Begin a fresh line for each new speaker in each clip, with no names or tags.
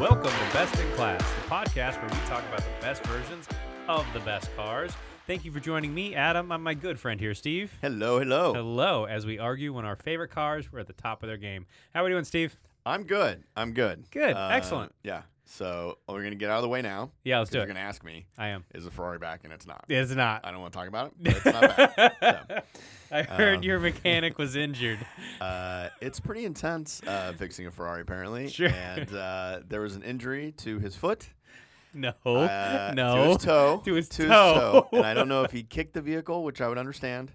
Welcome to Best in Class, the podcast where we talk about the best versions of the best cars. Thank you for joining me, Adam. I'm my good friend here, Steve.
Hello, hello.
Hello, as we argue when our favorite cars were at the top of their game. How are we doing, Steve?
I'm good. I'm good. Uh,
Good. Excellent.
Yeah. So we're gonna get out of the way now.
Yeah, let's
'cause
do
You're
it.
gonna ask me,
I am.
is the Ferrari back? And it's not.
It's not.
I don't want to talk about it. But it's not back.
I heard
Um,
your mechanic was injured.
So, uh, it's pretty intense uh, fixing a Ferrari apparently.
Sure.
And uh, there was an injury to his foot,
No,
uh, to
no.
his toe,
To his toe.
and I don't know if he kicked the vehicle, which I would understand.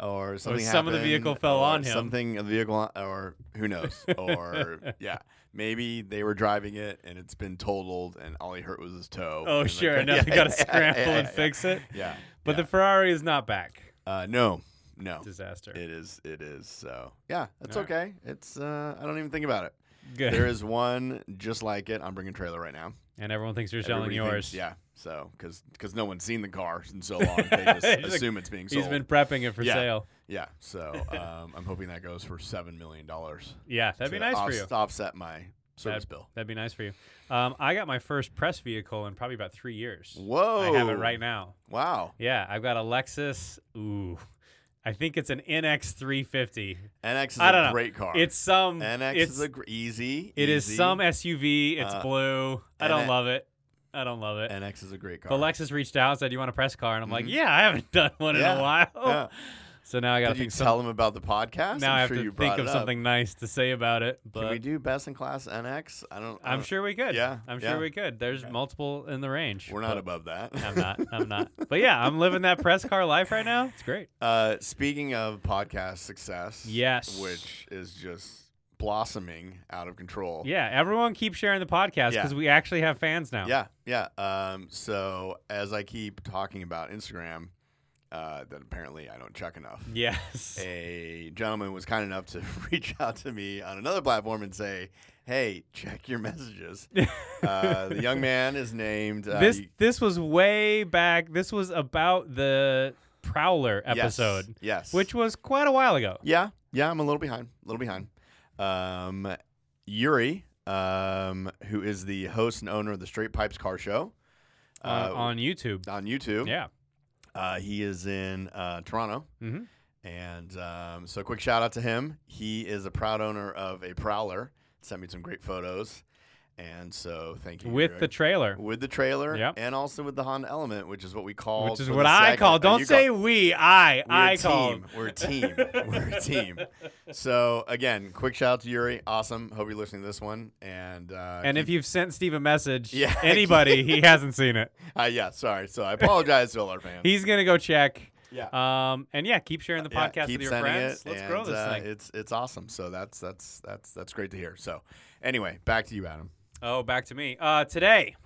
Or something
some of the
happened,
vehicle fell
or
on him.
Something of the vehicle, on, or who knows? Or yeah, maybe they were driving it and it's been totaled, and all he hurt was his toe.
Oh,
and they
sure.
couldn't-
Now
yeah,
they got to
yeah, yeah,
scramble
yeah,
and
yeah.
fix it.
Yeah,
But
yeah.
the Ferrari is not back.
Uh, no, no,
Disaster.
it is, it is. So yeah, that's
All right.
okay. It's uh, I don't even think about it.
Good.
There is one just like it. I'm bringing a trailer right now.
and everyone thinks you're selling
Everybody
yours.
thinks- yeah. So because no one's seen the car in so long, they just
He's like,
assume it's being sold.
He's been prepping it for
Yeah.
sale.
yeah. So um, I'm hoping that goes for seven million dollars.
Yeah, that'd be nice for you.
Offset my service bill.
That'd be nice for you. Um, I got my first press vehicle in probably about three years.
Whoa!
I have it right now.
Wow.
Yeah, I've got a Lexus. Ooh, I think it's an NX350.
NX is
I don't
a
know.
great car.
It's some.
NX
it's,
is a gr- easy.
It is
easy.
some SUV. It's
Uh,
blue. I don't
NX
love it. I don't love it.
NX is a great car.
But Lexus reached out and said, "Do you want a press car?" And I'm like,
Mhm.
"Yeah, I haven't done one in
Yeah,
a while."
yeah.
So now I got to
Did you
oh, think.
tell them about the podcast?
now
I'm
I have
sure you
to
brought
think of
it up.
something nice to say about it. But
Can we do best in class NX? I don't. I
I'm
don't-
sure we could.
Yeah,
I'm sure
yeah.
we could. There's multiple in the range.
We're not
but-
above that.
I'm not. I'm not. But yeah, I'm living that press car life right now. It's great.
Uh, speaking of podcast success,
Yes.
which is just blossoming out of control.
Yeah, everyone keep sharing the podcast
Oh. Yeah.
because we actually have fans now.
yeah, yeah. Um, so as I keep talking about Instagram, uh, that apparently I don't check enough.
Yes.
A gentleman was kind enough to reach out to me on another platform and say, "Hey, check your messages." uh, the young man is named uh,
this
you-
this was way back. This was about the Prowler
yes,
episode,
Yes,
which was quite a while ago.
Yeah, yeah, I'm a little behind. A little behind. Um, Yuri, um, who is the host and owner of the Straight Pipes Car Show
uh, on YouTube.
on YouTube.
Yeah.
Uh, he is in uh, Toronto.
Mhm.
And um, so, quick shout out to him. He is a proud owner of a Prowler. Sent me some great photos. And so, thank you.
With
Yuri.
the trailer.
with the trailer
Yep.
and also with the Honda Element, which is what we call
Which is what I call. Don't say we. I.
we're
I
a
call.
team. We're a team. We're a team. So again, quick shout out to Yuri. Awesome. Hope you're listening to this one. And uh,
And if you've sent Steve a message,
Yeah.
anybody, he hasn't seen it.
uh, yeah, sorry. So I apologize to all our fans.
He's gonna go check.
yeah.
Um, and yeah, keep sharing the
Yeah,
podcast
keep
with your
sending
friends.
it,
Let's
and,
grow this
uh,
thing.
It's it's awesome. So that's that's that's that's great to hear. So anyway, back to you, Adam.
oh, back to me. Uh, today,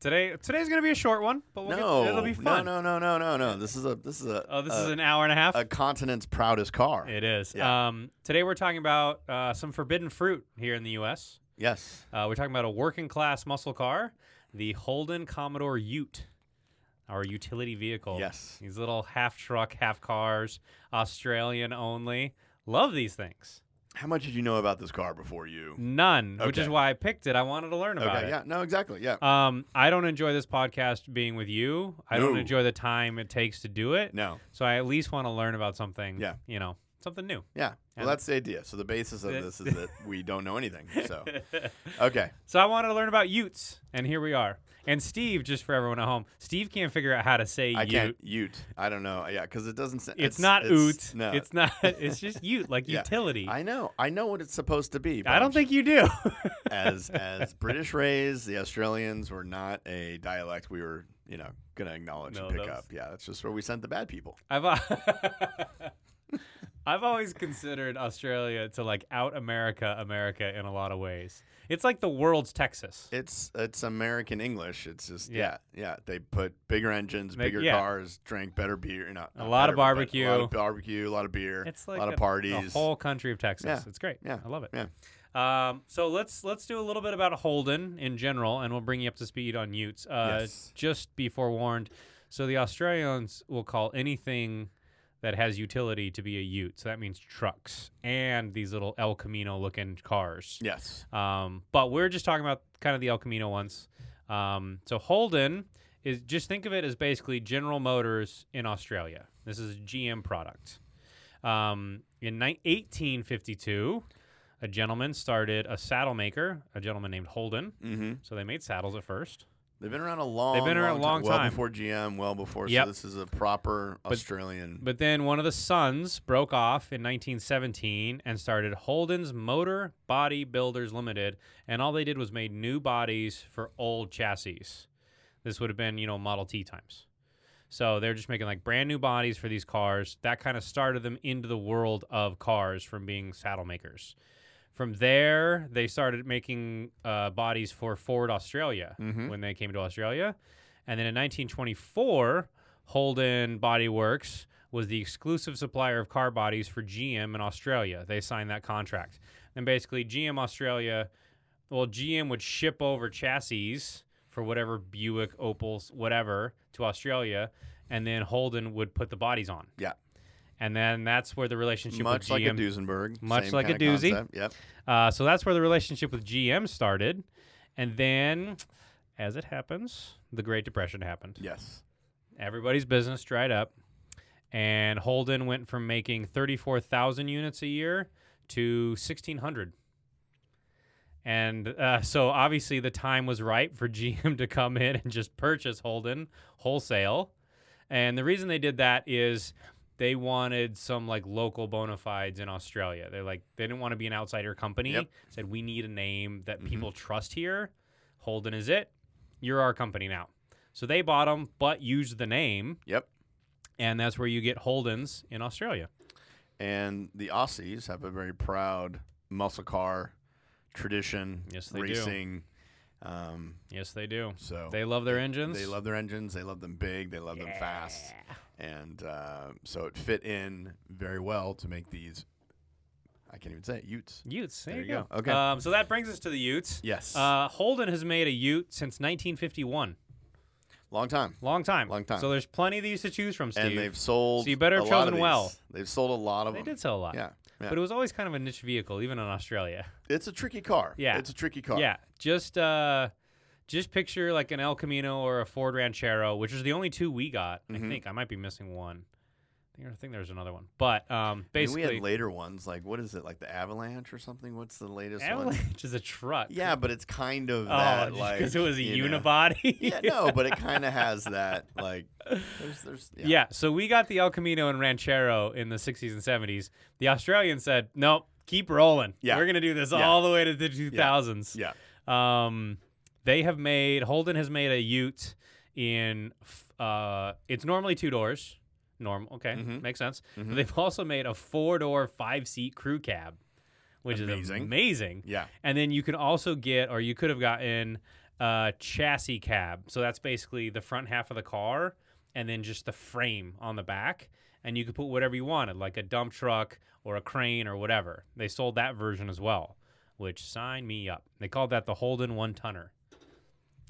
today, today's gonna be a short one, but we'll
no,
get, it'll be fun.
no, no, no, no, no, no. This is a this is a
Oh, this
a,
is an hour and a half.
a continent's proudest car.
it is.
yeah.
Um, today we're talking about uh, some forbidden fruit here in the U.S.
yes.
Uh, we're talking about a working class muscle car, the Holden Commodore Ute, our utility vehicle.
Yes.
These little half truck, half cars, Australian only. Love these things.
How much did you know about this car before you?
None, which
Okay.
is why I picked it. I wanted to learn about
Okay.
it.
Yeah. No. Exactly. Yeah.
Um, I don't enjoy this podcast being with you. I don't
No.
enjoy the time it takes to do it.
no.
So I at least want to learn about something.
Yeah.
You know, something new.
Yeah. Well,
And-
that's the idea. So the basis of
The-
this is that we don't know anything. So okay.
so I wanted to learn about Utes, and here we are. And Steve, just for everyone at home, Steve can't figure out how to say
I
Ute.
can't Ute. I don't know. Yeah, because it doesn't. sa-
It's, not Oot.
No.
It's not. It's just Ute, like
Yeah.
utility. I,
I know. I know what it's supposed to be. but
don't
I'm-
think you do.
as as British raised, the Australians were not a dialect we were you know gonna acknowledge
No,
and pick
those-
up. Yeah, that's just where we sent the bad people.
I've al- I've always considered Australia to like out America America in a lot of ways. It's like the world's Texas.
It's it's American English. It's just
Yeah.
yeah yeah. They put bigger engines,
They-
bigger
yeah.
cars, drank better beer. Not,
A
not
lot of
better, but A lot
barbecue.
of barbecue. A lot of beer.
It's like
a lot of parties.
The whole country of Texas.
Yeah.
It's great.
Yeah.
I love it.
Yeah.
Um, so let's let's do a little bit about Holden in general, and we'll bring you up to speed on Utes. Uh,
Yes.
Just be forewarned. So the Australians will call anything that has utility to be a Ute. So that means trucks and these little El Camino looking cars.
Yes.
Um, but we're just talking about kind of the El Camino ones. Um, so Holden is just think of it as basically General Motors in Australia. This is a GM product. Um, in ni- 1852, a gentleman started a saddle maker, a gentleman named Holden.
Mm-hmm.
So they made saddles at first.
They've been around a long.
been around a long
time. Well
time.
before GM. Well before.
Yep.
So this is a proper Australian.
But then one of the sons broke off in 1917 and started Holden's Motor Body Builders Limited, and all they did was made new bodies for old chassis. This would have been, you know, Model T times. So they're just making like brand new bodies for these cars. That kind of started them into the world of cars from being saddle makers. From there, they started making uh, bodies for Ford Australia
Mhm.
when they came to Australia. And then in 1924, Holden Body Works was the exclusive supplier of car bodies for GM in Australia. They signed that contract. And basically, GM Australia, well, GM would ship over chassis for whatever Buick, Opals, whatever to Australia, and then Holden would put the bodies on.
Yeah.
And then that's where the relationship
much
with
like a
GM
Duesenberg.
Much
same
like a
kinda
doozy.
concept. Yep.
uh, so that's where the relationship with GM started. And then, as it happens, the Great Depression happened.
Yes.
Everybody's business dried up. And Holden went from making 34,000 units a year to 1,600. And uh, so obviously the time was ripe for GM to come in and just purchase Holden wholesale. And the reason they did that is they wanted some like local bona fides in Australia. They're like they didn't want to be an outsider company.
Yep.
Said we need a name that people trust here. Holden is it. You're our company now. So they bought them, but used the name,
Yep.
and that's where you get Holdens in Australia.
And the Aussies have a very proud muscle car tradition.
Yes, they do.
racing. Um,
Yes, they do.
so
They love their engines.
Oh. They love their engines. They love them big. They love them fast. And uh, so it fit in very well to make these. I can't even say it, Utes.
Utes. There,
There
you
you
go.
go. Okay.
Um, so that brings us to the Utes.
Yes.
Uh, Holden has made a Ute since 1951.
Long time.
Long time.
Long time.
So there's plenty of these to choose from, Steve.
And they've sold.
So you better
a
have
lot of
chosen
these.
well.
They've sold a lot of
They
them.
did sell a lot.
Yeah. yeah.
But it was always kind of a niche vehicle, even in Australia.
it's a tricky car.
Yeah.
It's a tricky car.
Yeah. Just uh, just picture like an El Camino or a Ford Ranchero, which is the only two we got. I
Mhm.
think I might be missing one. I think, I think there's another one. But um,
I mean,
basically,
we had later ones like what is it like the Avalanche or something? What's the latest one?
Avalanche is a truck.
Yeah, but it's kind of
Oh,
that
just
like
because it was a
you know.
unibody.
Yeah, no, but it kind of has that like. There's, there's,
Yeah. so we got the El Camino and Ranchero in the 60s and 70s. The Australians said, nope, keep rolling.
Yeah.
We're going to do this
Yeah.
all the way to the 2000s.
yeah.
Um, they have made, Holden has made a ute in, f- uh, it's normally two doors. Normal. Okay.
Mhm.
Makes sense.
Mhm.
But they've also made a four door, five seat crew cab, which
Amazing.
is amazing.
Yeah.
And then you can also get, or you could have gotten, a chassis cab. So that's basically the front half of the car and then just the frame on the back. And you could put whatever you wanted, like a dump truck or a crane or whatever. They sold that version as well, which signed me up. They called that the Holden one tonner.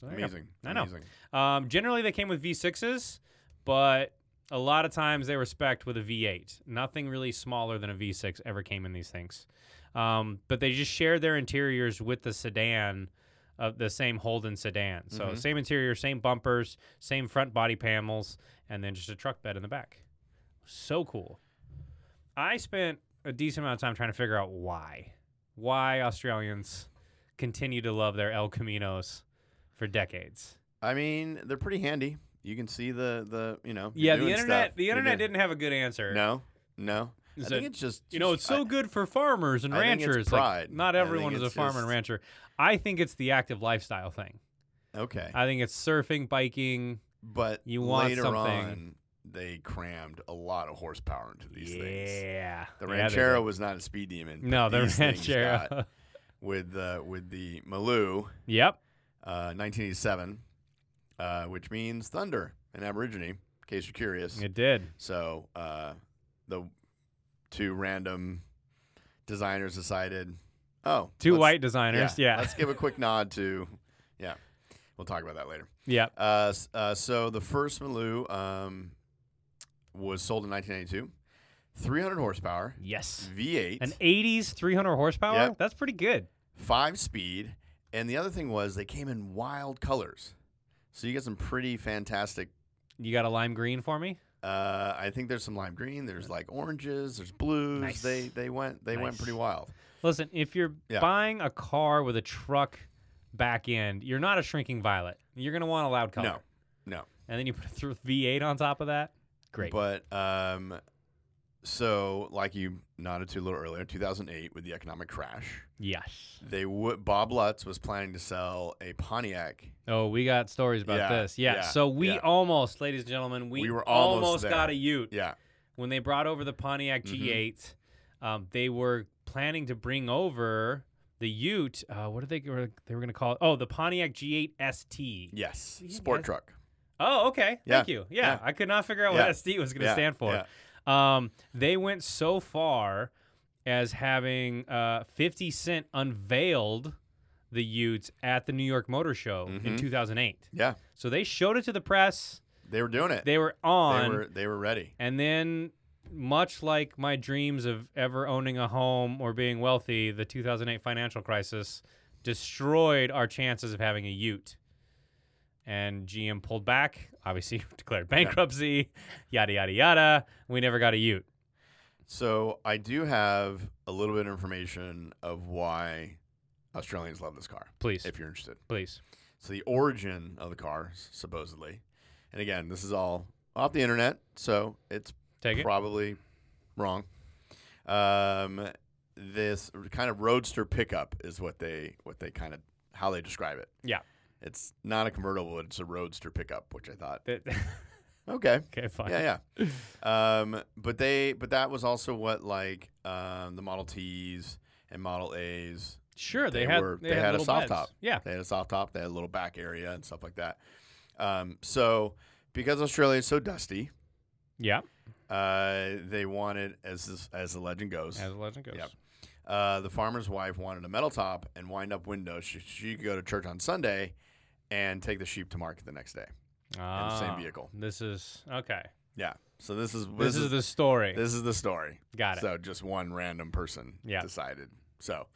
So there you go.
Amazing.
I know.
Amazing.
Um, generally, they came with V6s, but a lot of times they were spec'd with a V8. Nothing really smaller than a V6 ever came in these things. Um, but they just shared their interiors with the sedan, uh, the same Holden sedan. So
Mhm.
same interior, same bumpers, same front body panels, and then just a truck bed in the back. So cool. I spent a decent amount of time trying to figure out why, why Australians continue to love their El Caminos for decades.
I mean, they're pretty handy. You can see the the you know.
Yeah, the
you're doing
internet.
stuff.
The
You're
internet
doing-
didn't have a good answer.
No, no. I
Is
think
it-
it's just
You know, it's
I-
so good for farmers and
I think it's
ranchers. like,
pride.
not
I
everyone
think
is a
it's
farmer and
just-
rancher. I think it's the active lifestyle thing.
okay,
I think it's surfing, biking.
but
you want
later
something-
on they crammed a lot of horsepower into these things.
yeah.
The
Yeah, they
Ranchero
did.
was not a speed demon. but
no, the
these things got-
ranchero.
with the with the Maloo,
yep.
uh, 1987, uh, which means thunder in Aborigine. In case you're curious,
It did.
So uh, the two random designers decided, oh,
2
let's-
white designers. Yeah.
let's give a quick nod to, yeah, we'll talk about that later.
yep.
Uh, s- uh, so the first Maloo um, was sold in 1992. 300 horsepower,
Yes.
V8,
An 80s 300 horsepower?
Yep.
That's pretty good.
five speed, and the other thing was they came in wild colors. So you get some pretty fantastic.
You got a lime green for me?
Uh, I think there's some lime green. There's like oranges. There's blues.
Nice.
They they went they went pretty
Nice.
wild.
Listen, if you're
Yeah.
buying a car with a truck back end, you're not a shrinking violet. You're going to want a loud color.
No, no.
And then you put a thr- V8 on top of that. Great.
But um, so like you nodded to a little earlier, 2008 with the economic crash,
yes.
they would Bob Lutz was planning to sell a Pontiac.
Oh, we got stories about
Yeah,
this. Yeah.
yeah,
So we
yeah.
almost, ladies and gentlemen, we,
We were almost
almost
there.
got a Ute.
Yeah,
when they brought over the Pontiac
Mhm.
G8, um, they were planning to bring over the Ute. Uh, what did they they were they were going to call it? Oh, the Pontiac G8 ST.
yes,
Yeah,
sport
guys.
truck.
Oh, okay.
Yeah.
Thank you. Yeah,
Yeah.
I could not figure out what
Yeah.
ST was going to
Yeah.
stand for.
Yeah.
Um, they went so far as having uh, 50 Cent unveiled the Utes at the New York Motor Show in
Mhm.
2008.
Yeah,
So they showed it to the press.
they were doing it.
They were on.
they were they were ready.
And then, much like my dreams of ever owning a home or being wealthy, the 2008 financial crisis destroyed our chances of having a Ute. And GM pulled back, obviously declared bankruptcy, yada, yada, yada. We never got a Ute.
So I do have a little bit of information of why Australians love this car,
Please,
if you're interested.
please.
So the origin of the car, s- supposedly, and again, this is all off the internet, so it's
Take it.
probably wrong. Um, this r- kind of roadster pickup is what they what they kind of how they describe it.
Yeah.
it's not a convertible; it's a roadster pickup, which I thought,
That-
okay,
okay, fine.
yeah, yeah. um, but they but that was also what like um, the Model Ts and Model As
Sure, they,
They
had
were-
they,
they
had,
had a
little
soft
beds.
top.
Yeah,
They had a soft top. They had a little back area and stuff like that. Um, so because Australia is so dusty,
yeah.
uh, they wanted, as this, as the legend goes,
As the legend goes.
Yep. uh, the farmer's wife wanted a metal top and wind up windows. She, she could go to church on Sunday and take the sheep to market the next day. same
Ah,
vehicle.
This is okay.
Yeah. So this is
This, is, the story.
this is the story.
got it.
So just one random person
Yeah.
decided. So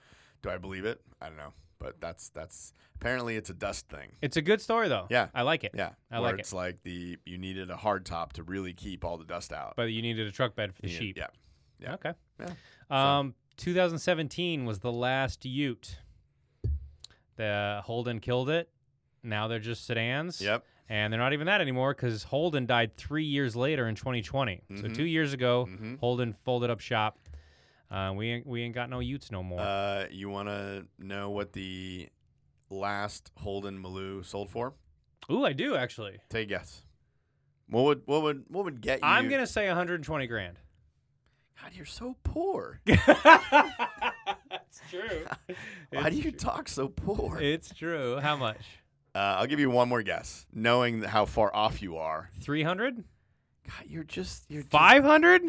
do I believe it? I don't know, but that's that's apparently it's a dust thing.
It's a good story though.
Yeah.
I like it.
Yeah,
I
where
like it.
it's like the you needed a hard top to really keep all the dust out.
But you needed a truck bed for the
You-
sheep.
Yeah, yeah.
Okay.
Yeah.
Um, 2017 was the last Ute. The Holden killed it. Now they're just sedans.
yep.
And they're not even that anymore because Holden died three years later in 2020. So
Mhm.
two years ago,
hmm
Holden folded up shop. Uh, we ain't, we ain't got no Utes no more.
Uh, you want to know what the last Holden Maloo sold for?
Ooh, I do actually.
Take a guess. What would what would what would get you?
I'm gonna say 120 grand.
God, you're so poor.
That's true.
Why
It's
do you
tru-
talk so poor? Uh,
It's true. How much?
I'll give you one more guess, knowing th- how far off you are.
300?
God, you're just you're
500?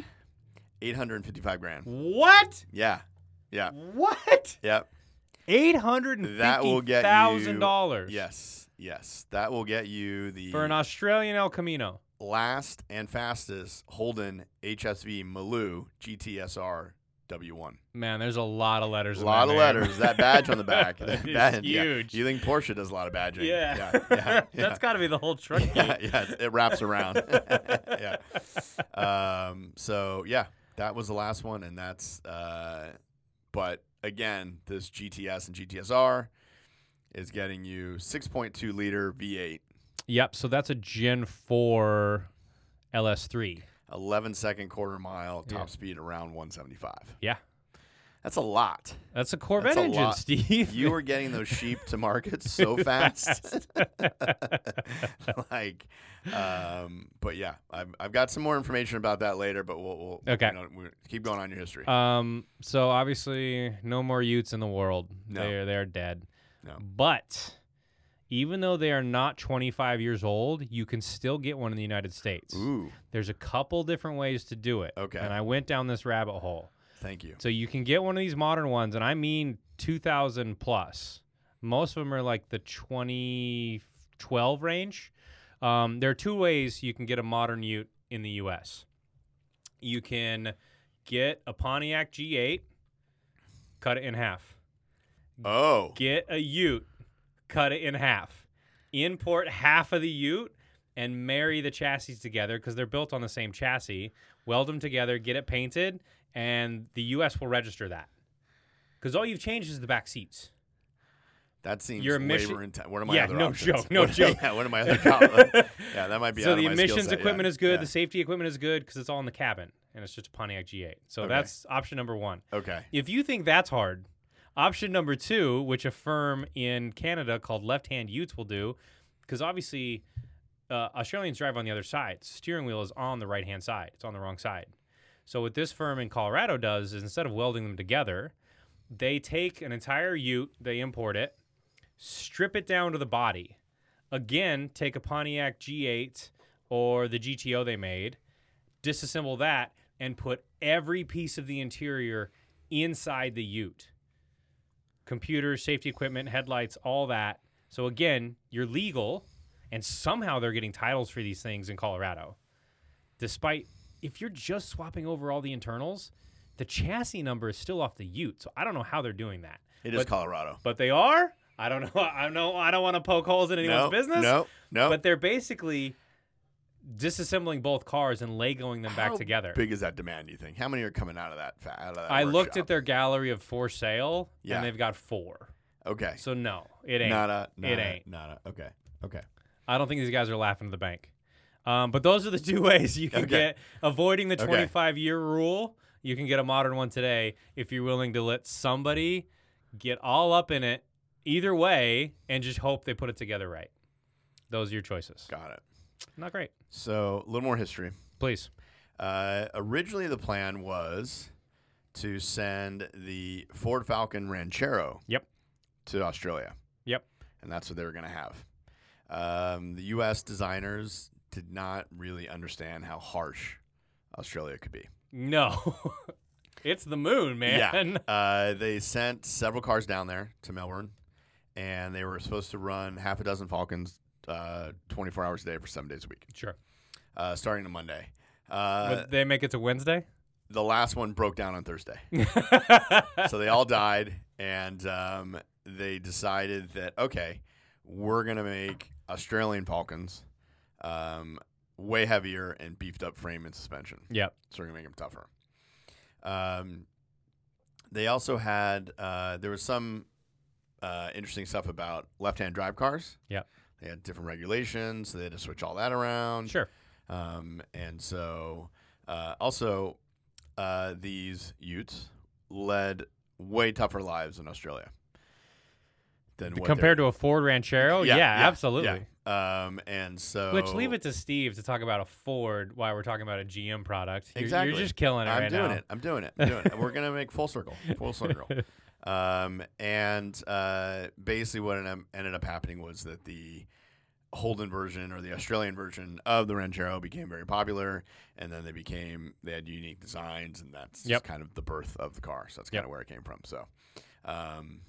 eight hundred and fifty-five grand.
What?
Yeah, yeah,
What?
yep.
Eight hundred and
That will
fifty
get
thousand
you-
dollars.
Yes, yes. That will get you the
For an Australian El Camino.
last and fastest Holden HSV Maloo GTSR W1.
Man, there's a lot of letters.
A lot of
in that name.
letters. That badge on the back.
That is
badge, yeah.
huge.
You think Porsche does a lot of badging?
Yeah.
yeah, yeah, yeah.
That's got to be the whole truck.
yeah, yeah, it- it wraps around. yeah. Um, so yeah, that was the last one, and that's. Uh, but again, this GTS and GTSR is getting you 6.2 liter V8,
Yep. So that's a Gen Four LS3.
11 second quarter mile, top
Yeah.
speed around 175.
Yeah.
That's a lot.
That's a Corvette
That's a
engine,
lot.
Steve.
You were getting those sheep to market so fast. like, um, but yeah, I've, I've got some more information about that later, but we'll, we'll,
Okay.
you know, we'll keep going on your history.
Um. So obviously, no more Utes in the world.
No.
They are they are dead.
No.
But even though they are not 25 years old, you can still get one in the United States.
Ooh,
There's a couple different ways to do it.
Okay.
And I went down this rabbit hole.
thank you.
So you can get one of these modern ones, and I mean 2000 plus. Most of them are like the 2012 range. Um, there are two ways you can get a modern Ute in the U.S. You can get a Pontiac G8, cut it in half.
Oh,
Get a Ute, cut it in half. Import half of the Ute and marry the chassis together because they're built on the same chassis. Weld them together, get it painted, and the U.S. will register that. Because all you've changed is the back seats.
that seems
Your emission-
labor intensive. What are my
Yeah,
other
no
options?
joke, no
What-
joke.
Yeah, what are my other? co- yeah, that might be.
so
out
the
of my skill
emissions
set, yeah,
equipment is good.
yeah.
The safety equipment is good because it's all in the cabin and it's just a Pontiac G8. So
Okay.
that's option number one.
Okay.
If you think that's hard, option number two, which a firm in Canada called Left Hand Utes will do, because obviously uh, Australians drive on the other side. Steering wheel is on the right hand side, it's on the wrong side. So, what this firm in Colorado does is instead of welding them together, they take an entire ute, they import it, strip it down to the body. Again, take a Pontiac G8 or the GTO they made, disassemble that, and put every piece of the interior inside the ute. Computers, safety equipment, headlights, all that. So again, you're legal, and somehow they're getting titles for these things in Colorado. Despite if you're just swapping over all the internals, the chassis number is still off the ute. So I don't know how they're doing that.
It is Colorado.
But they are. I don't know. I know. I don't want to poke holes in anyone's
No,
business.
no, no.
But they're basically disassembling both cars and legoing them back
How
together.
Big is that demand? You think? How many are coming out of that? Fa- out of that
I looked at
the.
their gallery of for sale,
Yeah.
and they've got four.
Okay.
So no, it ain't.
Nada. Nada.
ain't.
Nada. Okay. Okay.
I don't think these guys are laughing at the bank. Um, but those are the two ways you can
Okay.
get avoiding the
Okay.
25 year rule. You can get a modern one today if you're willing to let somebody get all up in it either way and just hope they put it together right. Those are your choices.
Got it.
Not great.
So a little more history.
Please.
Uh, originally, the plan was to send the Ford Falcon Ranchero
Yep.
to Australia,
Yep.
and that's what they were going to have. Um, the U.S. designers did not really understand how harsh Australia could be.
No. it's the moon, man.
Yeah. Uh, they sent several cars down there to Melbourne, and they were supposed to run half a dozen Falcons uh, 24 hours a day for seven days a week,
Sure.
uh, starting on Monday. Uh,
Would they make it to Wednesday?
the last one broke down on Thursday. so they all died, and um, they decided that okay, we're gonna make Australian Falcons um, way heavier and beefed up frame and suspension.
yep.
So we're gonna make them tougher. Um, they also had uh, there was some uh, interesting stuff about left-hand drive cars.
Yep.
They had different regulations, so they had to switch all that around.
Sure.
Um, and so, uh, also, uh, these Utes led way tougher lives in Australia than what
Compared to a Ford Ranchero? Yeah, absolutely.
Um, and so,
Which leave it to Steve to talk about a Ford while we're talking about a GM product. You're,
Exactly.
You're just killing it
I'm
right
doing
now.
it. I'm doing it. I'm doing it. We're gonna make full circle. Full circle. Um, and uh, basically, what ended up, ended up happening was that the Holden version or the Australian version of the Ranchero became very popular, and then they became they had unique designs, and that's just
Yep.
kind of the birth of the car. So that's
Yep.
kind of where it came from. So, um,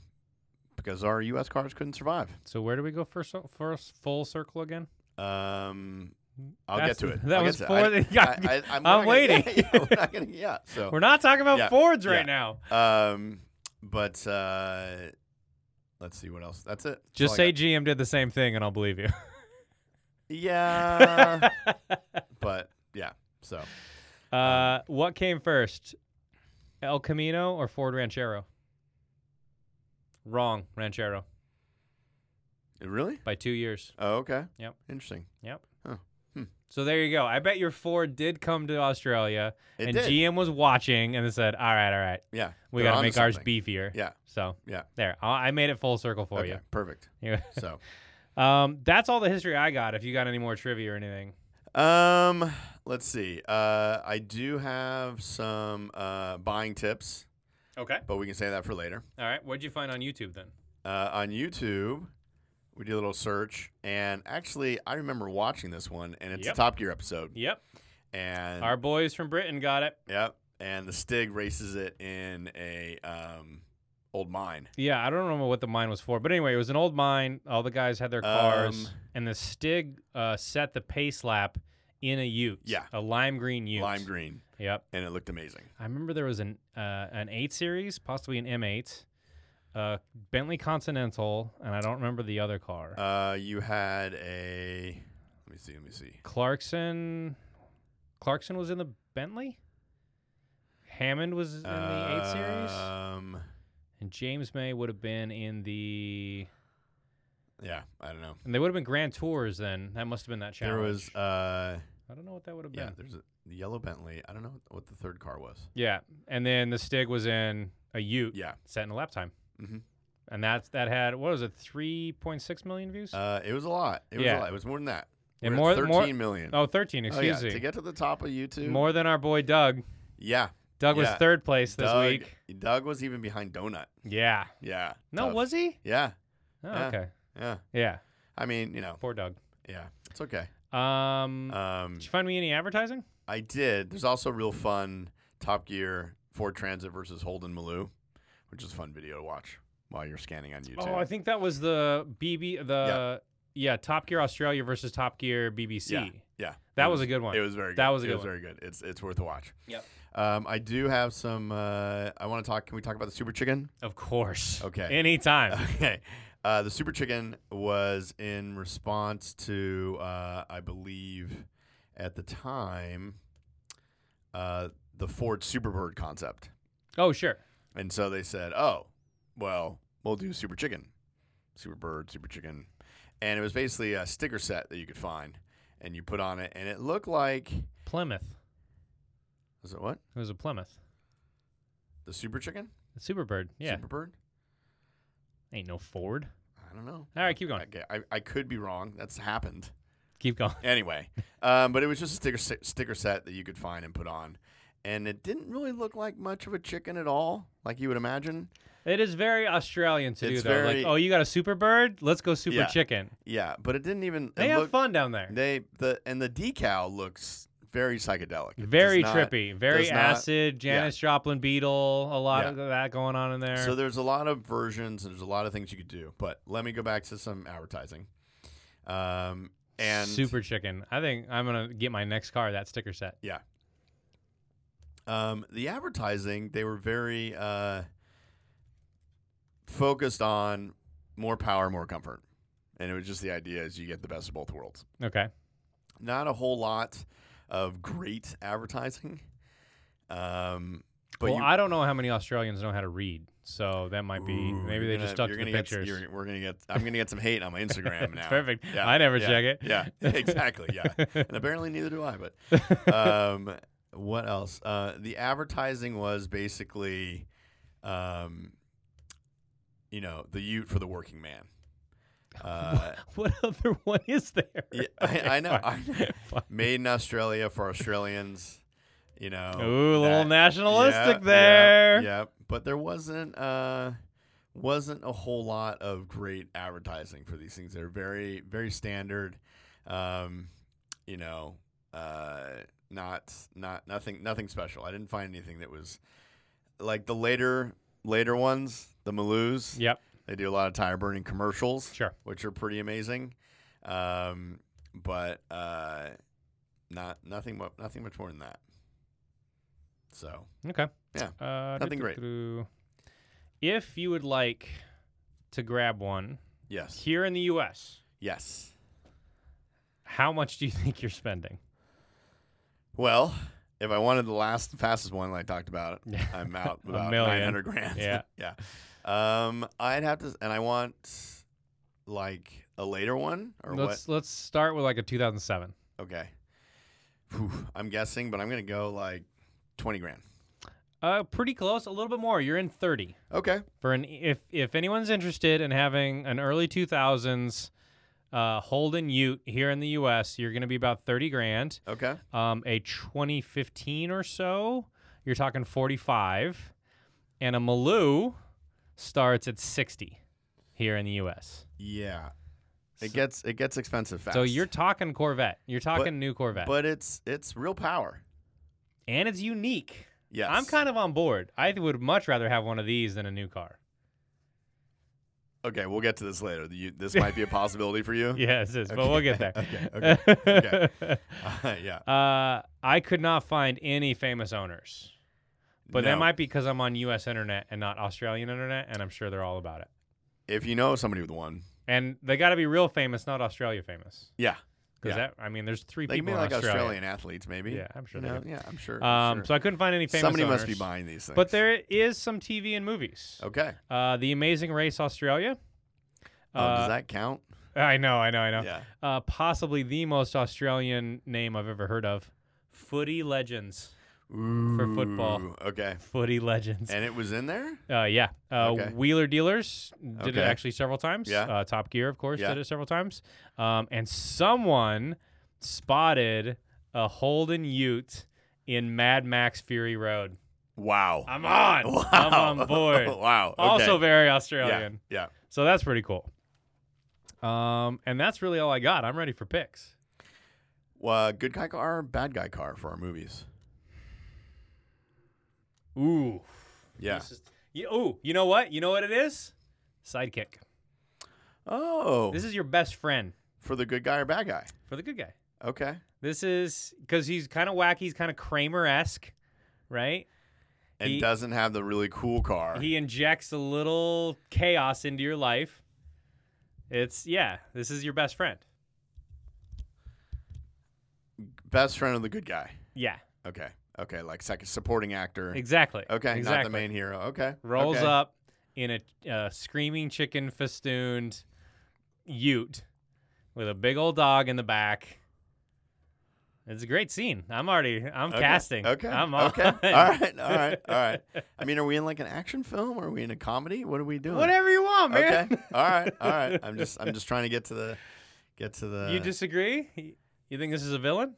because our U.S. cars couldn't survive.
So where do we go first? First full circle again?
Um, I'll
That's-
get to it.
that
I'll get
was
to it.
for
I-
the-
I, I, I'm, we're not gonna-
waiting.
yeah, we're not gonna, yeah. So
We're not talking about
Oh, Yeah,
Fords right
yeah.
now.
Um, but uh, let's see what else. That's it. That's
Just
all I
say
got.
GM did the same thing, and I'll believe you.
yeah. but yeah. So
Uh, what came first, El Camino or Ford Ranchero? Wrong, Ranchero
really?
by two years.
Oh, okay.
Yep.
Interesting.
Yep.
Huh. Hmm.
So there you go. I bet your Ford did come to Australia,
It
and
did.
GM was watching, and they said, "All right, all right,
yeah.
we
they're
got to
onto
make ours
something.
beefier."
Yeah.
So
Yeah.
there, I I made it full circle for
okay, Perfect.
you.
So,
um, that's all the history I got. If you got any more trivia or anything,
um, let's see. Uh, I do have some uh buying tips,
okay.
but we can say that for later.
All right, what'd you find on YouTube then?
uh, on YouTube. We did a little search, and actually, I remember watching this one, and it's
Yep.
a Top Gear episode.
Yep,
And
our boys from Britain got it.
yep, and the Stig races it in a um, old mine.
Yeah, I don't remember what the mine was for, but anyway, it was an old mine. All the guys had their cars,
Um,
and the Stig uh, set the pace lap in a Ute.
Yeah.
a lime green Ute.
Lime green.
Yep.
and it looked amazing.
I remember there was an uh, an eight series, possibly an M eight, uh, Bentley Continental, and I don't remember the other car.
Uh, you had a let me see, let me see.
Clarkson, Clarkson was in the Bentley. Hammond was in the eight series,
Um,
and James May would have been in the.
yeah, I don't know.
And they would have been Grand Tours then. That must have been that challenge.
There was uh,
I don't know what that would have
yeah,
been.
there's a the yellow Bentley. I don't know what the third car was.
Yeah, and then the Stig was in a Ute
Yeah,
set in a lap time,
Mhm.
and that's that had what was it, three point six million views?
uh, it was a lot. It was
Yeah.
a lot. It was more than that.
Yeah,
We're
more-
at
more-
13 million.
oh, 13,
Oh,
Excuse
yeah,
me.
to get to the top of YouTube.
More than our boy Doug.
yeah,
Doug was
Yeah.
third place this
Doug,
week.
Doug was even behind Donut.
Yeah.
Yeah.
No,
tough.
was he?
Yeah,
Oh,
Yeah.
Okay.
yeah.
Yeah.
I mean, you know,
Poor Doug.
yeah, it's okay.
Um,
Um,
did you find me any advertising?
I did. There's also real fun Top Gear Ford Transit versus Holden Maloo, which is a fun video to watch while you're scanning on YouTube.
Oh, I think that was the BB the yeah, Top Gear Australia versus Top Gear BBC.
yeah,
That
It
was a good one.
It was very. Good.
That was a
it
good
was
one.
very good. It's it's worth a watch.
Yep.
Um, I do have some. Uh, I want to talk. Can we talk about the Super Chicken?
Of course.
Okay.
Anytime.
Okay. Uh, the Super Chicken was in response to, uh, I believe, at the time, uh, the Ford Superbird concept.
oh, sure.
And so they said, "Oh, well, we'll do Super Chicken, Super Bird, Super Chicken," and it was basically a sticker set that you could find, and you put on it, and it looked like
Plymouth.
was it what
It was a Plymouth.
the Super Chicken,
A Superbird. Yeah.
Super Bird?
Ain't no Ford.
I don't know.
All right, keep going.
Okay, I, I could be wrong. That's happened.
Keep going.
Anyway, um, but it was just a sticker se- sticker set that you could find and put on, and it didn't really look like much of a chicken at all, like you would imagine.
It is very Australian to do
It's
though.
very-
like, oh, you got a super bird? Let's go super
Yeah.
chicken.
Yeah, but it didn't even.
They
it
have
looked-
fun down there.
They the and the decal looks very psychedelic. It does
Very
not-
trippy, very
does not-
acid. Janis Joplin Beetle, a lot
Yeah.
of that going on in there.
So there's a lot of versions and there's a lot of things you could do. But let me go back to some advertising. Um and
Super Chicken. I think I'm gonna get my next car that sticker set.
um the advertising, they were very uh focused on more power, more comfort. And it was just the idea is you get the best of both worlds.
Okay.
Not a whole lot of great advertising. Um but
well,
you,
I don't know how many Australians know how to read, so that might be
Ooh,
maybe
you're
they just stuck
gonna-
to
you're
the
gonna get-
pictures.
you're- we're gonna get. I'm gonna get some hate on my Instagram now.
Perfect.
Yeah,
I never
yeah,
check it.
Yeah, exactly. Yeah, and apparently neither do I. But um, what else? Uh, the advertising was basically, um, you know, the Ute for the working man. Uh,
What other one is there?
yeah, I, I know. I know.
Fine. Fine.
Made in Australia for Australians. You know.
Ooh, a little
Oh, that-
nationalistic
yeah,
there.
Yeah, yeah. but there wasn't uh wasn't a whole lot of great advertising for these things. They're very very standard. Um, you know, uh, not not nothing nothing special. I didn't find anything that was like the later later ones, the Maloos.
Yep.
They do a lot of tire burning commercials,
Sure.
which are pretty amazing. Um, but uh, not nothing mu- nothing much more than that. So
Okay.
Yeah.
Uh,
Nothing great.
doo-doo-doo. If you would like to grab one
yes,
here in the U.S.,
Yes.
how much do you think you're spending?
Well, if I wanted the last fastest one like I talked about,
Yeah.
I'm out
A
about
million.
nine hundred grand.
Yeah.
yeah. Um, I'd have to, and I want like a later one or
let's let's start with like a 2007.
what? Okay. Whew, I'm guessing, but I'm gonna go like twenty grand.
Uh, pretty close. A little bit more. You're in 30
Okay.
for an if if anyone's interested in having an early 2000s uh, Holden Ute here in the U.S., you're going to be about 30 grand.
Okay.
um, a 2015 or so, you're talking 45, and a Maloo starts at 60 here in the U.S.
Yeah. It
So-
gets it gets expensive fast.
So you're talking Corvette, you're talking new Corvette,
but it's it's real power.
and it's unique.
Yes.
I'm kind of on board. I would much rather have one of these than a new car.
Okay, we'll get to this later. You, this might be a possibility for you.
Yeah, it is, but we'll get there.
Okay, okay, okay. Uh, yeah.
Uh, I could not find any famous owners, but that
No.
might be because I'm on U.S. internet and not Australian internet, and I'm sure they're all about it.
If you know somebody with one,
And they got to be real famous, not Australia famous,
yeah,
because
Yeah.
that I mean, there's three
they can
people in
be like
Australia.
Australian athletes, maybe.
Yeah, I'm sure
You
they
know,
do.
yeah, I'm sure. I'm
Um,
sure.
so I couldn't find any famous
somebody must be
owners.
buying these things.
But there is some TV and movies.
Okay. Um,
Uh, the Amazing Race Australia.
Oh,
uh,
does that count?
I know, I know, I know.
Yeah.
Uh, possibly the most Australian name I've ever heard of. Footy Legends. for football.
Ooh, Okay.
Footy Legends.
And it was in there.
Uh, yeah. Uh,
Okay.
Wheeler Dealers did
Okay.
it actually several times.
Yeah.
Uh, Top Gear, of course,
Yeah.
did it several times. Um, and someone spotted a Holden Ute in Mad Max Fury Road.
Wow.
I'm on.
Wow.
I'm on board.
wow. Okay.
Also very
yeah.
Australian.
Yeah.
So that's pretty cool. Um, and that's really all I got. I'm ready for picks.
Well, uh, good guy car, bad guy car for our movies.
Ooh.
Yeah.
This is, you, ooh, you know what? You know what it is? Sidekick.
Oh,
This is your best friend
for the good guy or bad guy.
for the good guy.
Okay.
This is because he's kind of wacky. He's kind of Kramer esque, right?
And
He-
doesn't have the really cool car.
He injects a little chaos into your life. It's, yeah, this is your best friend.
Best friend of the good guy.
Yeah,
Okay. Okay. Like second supporting actor.
exactly.
Okay.
exactly.
Not the main hero. Okay.
rolls
okay.
up in a uh, screaming chicken festooned ute with a big old dog in the back. It's a great scene. I'm already, I'm
Okay,
casting.
Okay.
I'm on.
okay. All right. All right. All right. I mean, are we in like an action film? Or are we in a comedy? What are we doing?
Whatever you want, man.
Okay. All right. All right. I'm just I'm just trying to get to the get to the.
You disagree? You think this is a villain?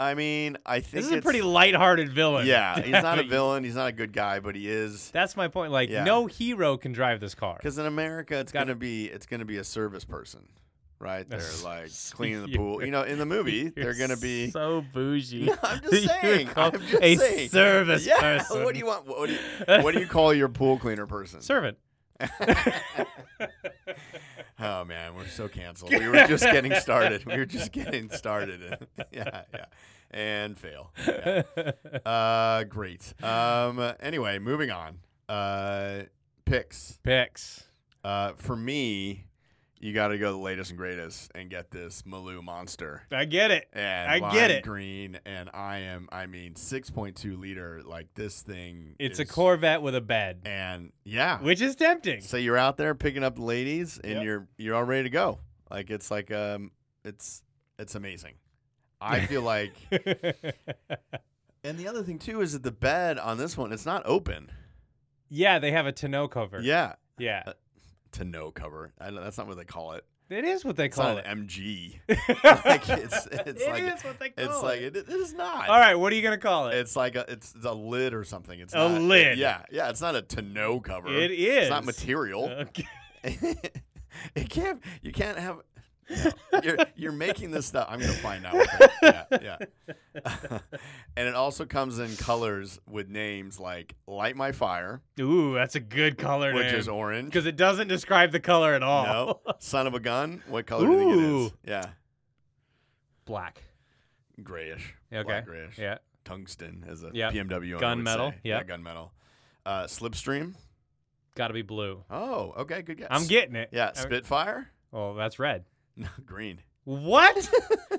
I mean, I think
This is a
it's-
pretty lighthearted villain.
Yeah, he's not a
But
villain. He's not a good guy, but he is.
That's my point. Like,
Yeah.
no hero can drive this car.
Because in America, it's
Got
gonna be it's gonna be a service person, right? They're
That's-
like cleaning the
you're-
pool. You know, in the movie,
You're
they're gonna be.
so bougie.
No, I'm
that
just
you would
saying.
call
I'm just
a
saying.
service
yeah.
person.
What do you want? What do you, what do you call your pool cleaner person?
servant?
Oh man, we're so canceled. We were just getting started. We were just getting started. yeah, yeah, and fail. Yeah. Uh, great. Um, anyway, moving on. Uh, picks.
Picks.
Uh, for me, you got to go the latest and greatest and get this Malou monster.
I get it.
And
I get
lime
it.
Green, and I am. I mean, six point two liter. Like this thing.
It's a
is-
Corvette with a bed,
And yeah,
which is tempting.
so you're out there picking up the ladies, and
Yep.
you're you're all ready to go. Like it's like um, it's it's amazing. I feel like, and the other thing too is that the bed on this one it's not open.
yeah, they have a tonneau cover.
Yeah,
Yeah.
Uh, to no cover. I know that's not what they call it.
It is what they
It's not
call it.
an MG. like it's it's
It
like
is what they call
it's
it.
like it, it is not.
All right, what are you going to call it?
It's like a it's a lid or something. It's
A
not,
lid.
yeah, yeah. It's not a to no cover.
It
It's not
is.
material.
Okay.
it can't. You can't have. no. You're you're making this stuff. I'm gonna find out. what that- yeah, yeah. and it also comes in colors with names like "Light My Fire,"
Ooh, that's a good color
which
name.
is orange.
because it doesn't describe the color at all.
No, "Son of a Gun." What color do you think it is?
Ooh.
Yeah,
Black.
grayish.
Okay.
black grayish.
Yeah.
Tungsten is a
Yep.
PMW. owner would
Gunmetal,
say.
yep.
Yeah, gunmetal. Uh, Slipstream.
Got to be blue.
Oh, okay, good guess.
I'm getting it.
Yeah,
I-
Spitfire.
Oh, that's red.
No, green.
What?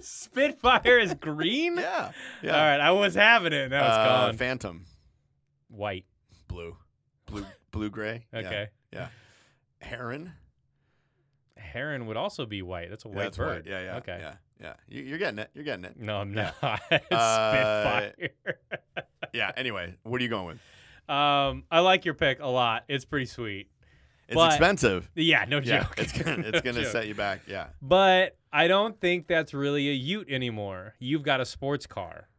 Spitfire is green?
Yeah, yeah.
All right, I was having it. Now it's
Uh,
gone.
Phantom.
White.
Blue. Blue blue gray. Yeah.
Okay.
Heron.
Heron would also be white. That's a
Yeah,
white
that's
bird.
white. Yeah, yeah.
Okay.
Yeah. Yeah. You, you're getting it. You're getting it.
No, I'm
Yeah.
not.
Uh,
Spitfire.
Yeah. Anyway, what are you going with?
um, I like your pick a lot. It's pretty sweet.
It's
But-
expensive.
Yeah, no
Yeah.
joke.
It's gonna it's
No
gonna
joke.
set you back. Yeah.
But I don't think that's really a Ute anymore. You've got a sports car,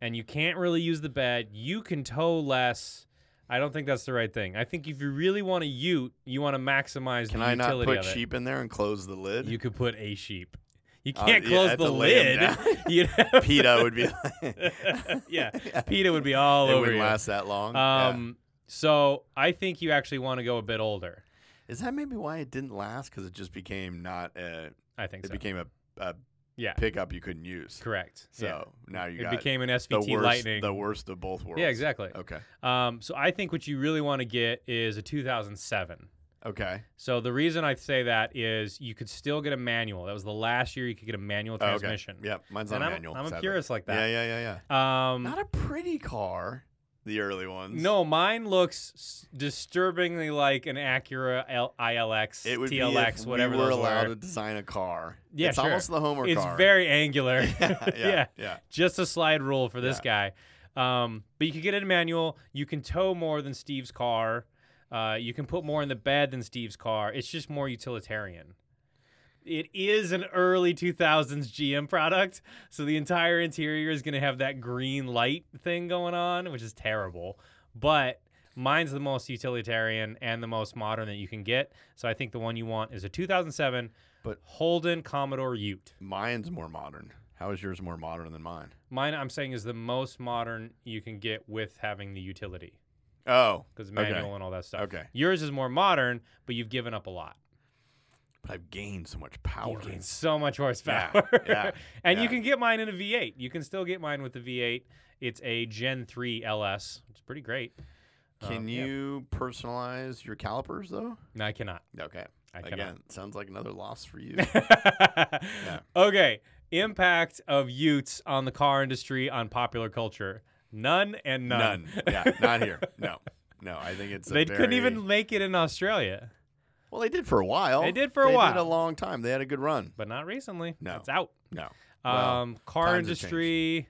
and you can't really use the bed. You can tow less. I don't think that's the right thing. I think if you really want a Ute, you want to maximize
Can
the
I not
utility
put
of it.
sheep in there and close the lid?
You could put a sheep. You
Uh,
can't
yeah,
close
I have
the
to lay 'em
lid.
down.
You know?
PETA would be like
yeah, Peter would be all
it
over
wouldn't
you.
last that long. Yeah.
Um, so I think you actually want to go a bit older.
Is that maybe why it didn't last? Because it just became not a.
I think
It
so.
became a, a
yeah,
pickup you couldn't use.
correct.
So
yeah.
now you
it
got
became an
the
SVT
worst,
Lightning.
the worst of both worlds.
yeah, exactly.
Okay.
Um, so I think what you really want to get is a 2007.
Okay.
So the reason I say that is you could still get a manual. That was the last year you could get a manual
Oh,
transmission.
Okay. Yep. Mine's
And
not
I'm,
manual.
I'm a
sadly.
purist like
Yeah,
that.
yeah, yeah, yeah.
Um,
Not a pretty car. The early ones.
no, mine looks s- disturbingly like an Acura L- ILX,
It would
TLX,
be if
whatever
we were
those
allowed
were.
to design a car.
Yeah,
it's
sure.
almost the Homer
It's
car.
very angular.
yeah, yeah, yeah.
just a slide rule for this guy. Um, but you can get it in manual. You can tow more than Steve's car. Uh, you can put more in the bed than Steve's car. It's just more utilitarian. It is an early 2000s GM product, so the entire interior is going to have that green light thing going on, which is terrible. But mine's the most utilitarian and the most modern that you can get. So I think the one you want is a 2007
But-
Holden Commodore Ute.
Mine's more modern. How is yours more modern than mine?
Mine, I'm saying, is the most modern you can get with having the utility
Oh,
because
Okay.
manual and all that stuff.
Okay.
Yours is more modern, but you've given up a lot.
but I've gained so much power.
You've gained so much
Yeah,
horsepower.
yeah,
and you
yeah.
can get mine in a V8. You can still get mine with the V8. It's a Gen 3 LS, which is pretty great.
Can
Um, yeah.
you personalize your calipers though?
No, I cannot.
Okay.
I
Again,
cannot.
sounds like another loss for you.
Okay. Impact of Utes on the car industry on popular culture. None and none.
None. Yeah, not here. No, no. I think it's a
They couldn't
very-
even make it in Australia,
Well, they did for a while.
They did for a
They did a
while.
long time. They had a good run.
but not recently.
No.
It's out.
No. Well,
um, car
times have changed.
industry.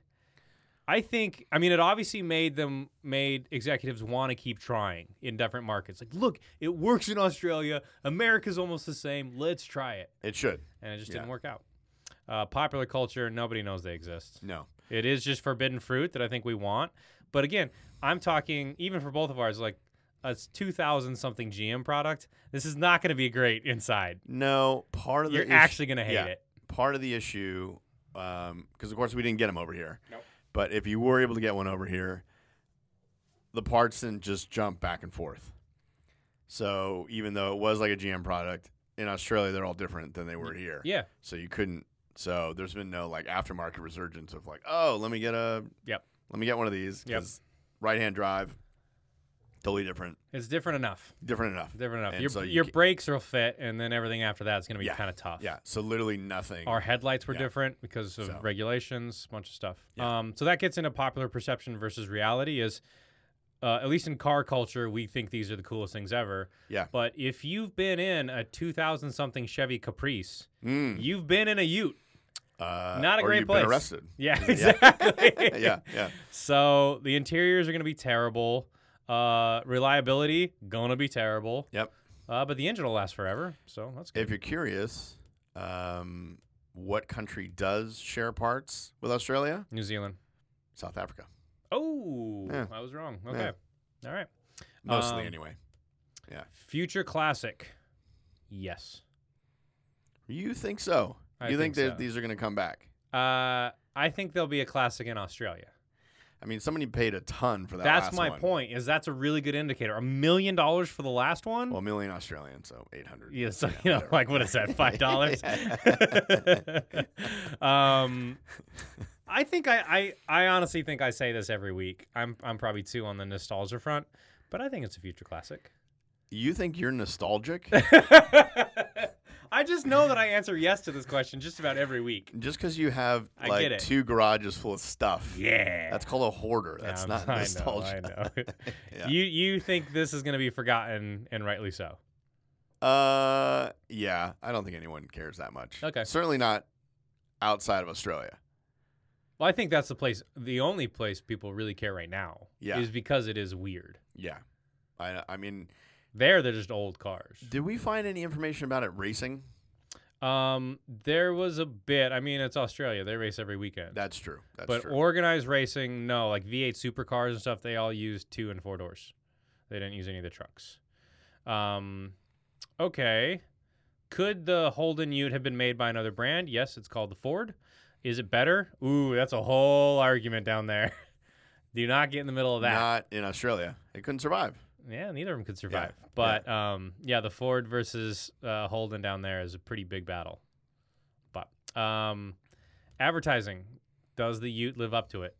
I think I mean it obviously made them made executives want to keep trying in different markets. Like, look, it works in Australia. America's almost the same. Let's try it,
It should.
and it just didn't
Yeah.
work out. Uh, popular culture, nobody knows they exist.
No.
It is just forbidden fruit that I think we want. But again, I'm talking even for both of ours, like a 2000 something GM product. This is not going to be great inside.
No. Part of the
You're
issue-
actually going to hate
yeah.
it.
part of the issue, because of course we didn't get them over here.
Nope.
But if you were able to get one over here, the parts didn't just jump back and forth. So even though it was like a GM product in Australia, they're all different than they were here.
Yeah.
So you couldn't. So there's been no like aftermarket resurgence of like, oh, let me get a.
Yep.
Let me get one of these
Yep.
because right-hand drive, totally different,
It's different enough.
different enough.
Different enough.
And
your
so you
your
ca-
brakes will fit, and then everything after that is going to be
Yeah,
kind of tough.
Yeah. So literally nothing.
Our headlights were
Yeah.
different because of
So.
regulations, bunch of stuff.
Yeah.
Um, so that gets into popular perception versus reality. Is uh, at least in car culture, we think these are the coolest things ever.
Yeah.
But if you've been in a 2000 something Chevy Caprice,
Mm.
you've been in a Ute.
Uh,
Not a
or
great
you've
place.
Been arrested.
Yeah,
Yeah.
exactly.
yeah. Yeah.
So the interiors are going to be terrible. Uh, reliability gonna be terrible.
Yep.
Uh, but the engine will last forever, so that's good.
If you're curious, um, what country does share parts with Australia?
New Zealand.
South Africa,
Oh,
Yeah.
I was wrong.
Yeah.
Okay. All right.
mostly
Um,
anyway.
Future classic. Yes.
You think so?
I
you think,
think
that
so.
these are going to come back?
Uh, I think there'll be a classic in Australia.
I mean, somebody paid a ton for that.
that's
last
my
one.
point. Is that's a really good indicator. A million dollars for the last one.
Well, a million Australian, so eight hundred.
yeah, so you know, like what is that? Five dollars. um, I think I, I I honestly think I say this every week. I'm I'm probably too on the nostalgia front, but I think it's a future classic.
You think you're nostalgic?
I just know that I answer yes to this question just about every week.
Just because you have
I
like
get it.
two garages full of stuff.
Yeah.
That's called a hoarder. That's not
I
nostalgia.
Know, I know.
Yeah.
You you think this is going to be forgotten and rightly so.
Uh, yeah, I don't think anyone cares that much.
Okay.
Certainly not outside of Australia.
Well, I think that's the place the only place people really care right now
Yeah.
is because it is weird.
Yeah. I, I mean,
There they're just old cars.
did we find any information about it racing?
Um there was a bit. I mean, it's Australia. They race every weekend.
That's true. That's
but
true.
organized racing, no, like V8 supercars and stuff, they all used two and four doors. They didn't use any of the trucks. Um, okay. Could the Holden Ute have been made by another brand? Yes, it's called the Ford. Is it better? Ooh, that's a whole argument down there. Do not get in the middle of that.
Not in Australia. It couldn't survive.
Yeah, neither of them could survive. but yeah. um, yeah, the Ford versus uh, Holden down there is a pretty big battle. But um, advertising, does the Ute live up to it?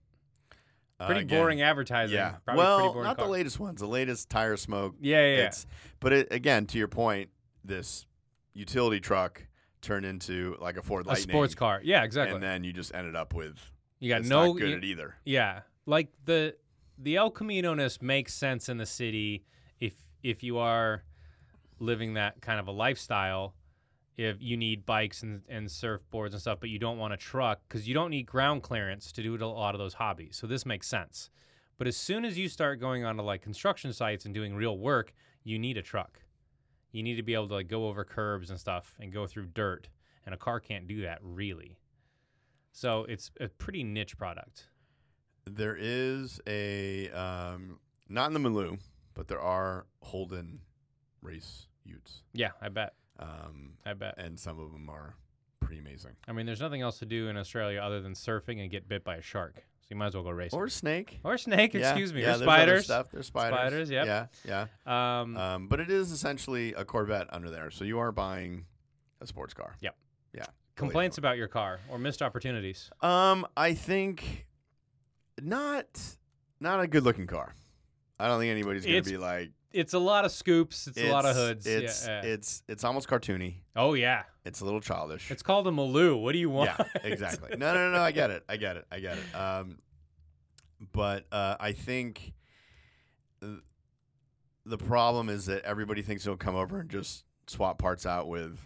Uh,
Pretty
again,
boring advertising.
Yeah.
Probably
well,
pretty boring
not
car.
the latest ones. The latest tire smoke.
Yeah, yeah, yeah.
It's but it, again, to your point, this utility truck turned into like a Ford
a
Lightning,
sports car. Yeah, exactly.
and then you just ended up with
you got
it's
no
not good
you-
at either.
Yeah, like the the El Camino ness makes sense in the city if if you are living that kind of a lifestyle. If you need bikes and, and surfboards and stuff, but you don't want a truck because you don't need ground clearance to do a lot of those hobbies. So this makes sense. But as soon as you start going onto like construction sites and doing real work, you need a truck. You need to be able to like go over curbs and stuff and go through dirt, and a car can't do that really. So it's a pretty niche product.
There is a um, not in the Maloo, but there are Holden race Utes,
Yeah, I bet.
um,
I bet.
and some of them are pretty amazing.
I mean, there's nothing else to do in Australia other than surfing and get bit by a shark. So you might as well go racing.
Or snake.
Or Oh, snake,
Yeah,
excuse me.
yeah,
or
there's other
spiders.
Stuff. There's spiders.
Spiders, yep.
Yeah.
Um,
Yeah. Um, but it is essentially a Corvette under there, so you are buying a sports car.
Yep.
Yeah.
complaints about your car or missed opportunities.
Um, I think not not a good looking car. I don't think anybody's gonna
It's-
be like
It's a lot of scoops. It's, a lot of hoods. yeah,
It's
yeah.
it's it's almost cartoony.
oh, yeah.
It's a little childish.
It's called a Maloo. What do you want?
yeah, exactly. No, no, no, no. I get it. I get it. I get it. Um, but uh, I think th- the problem is that everybody thinks they'll come over and just swap parts out with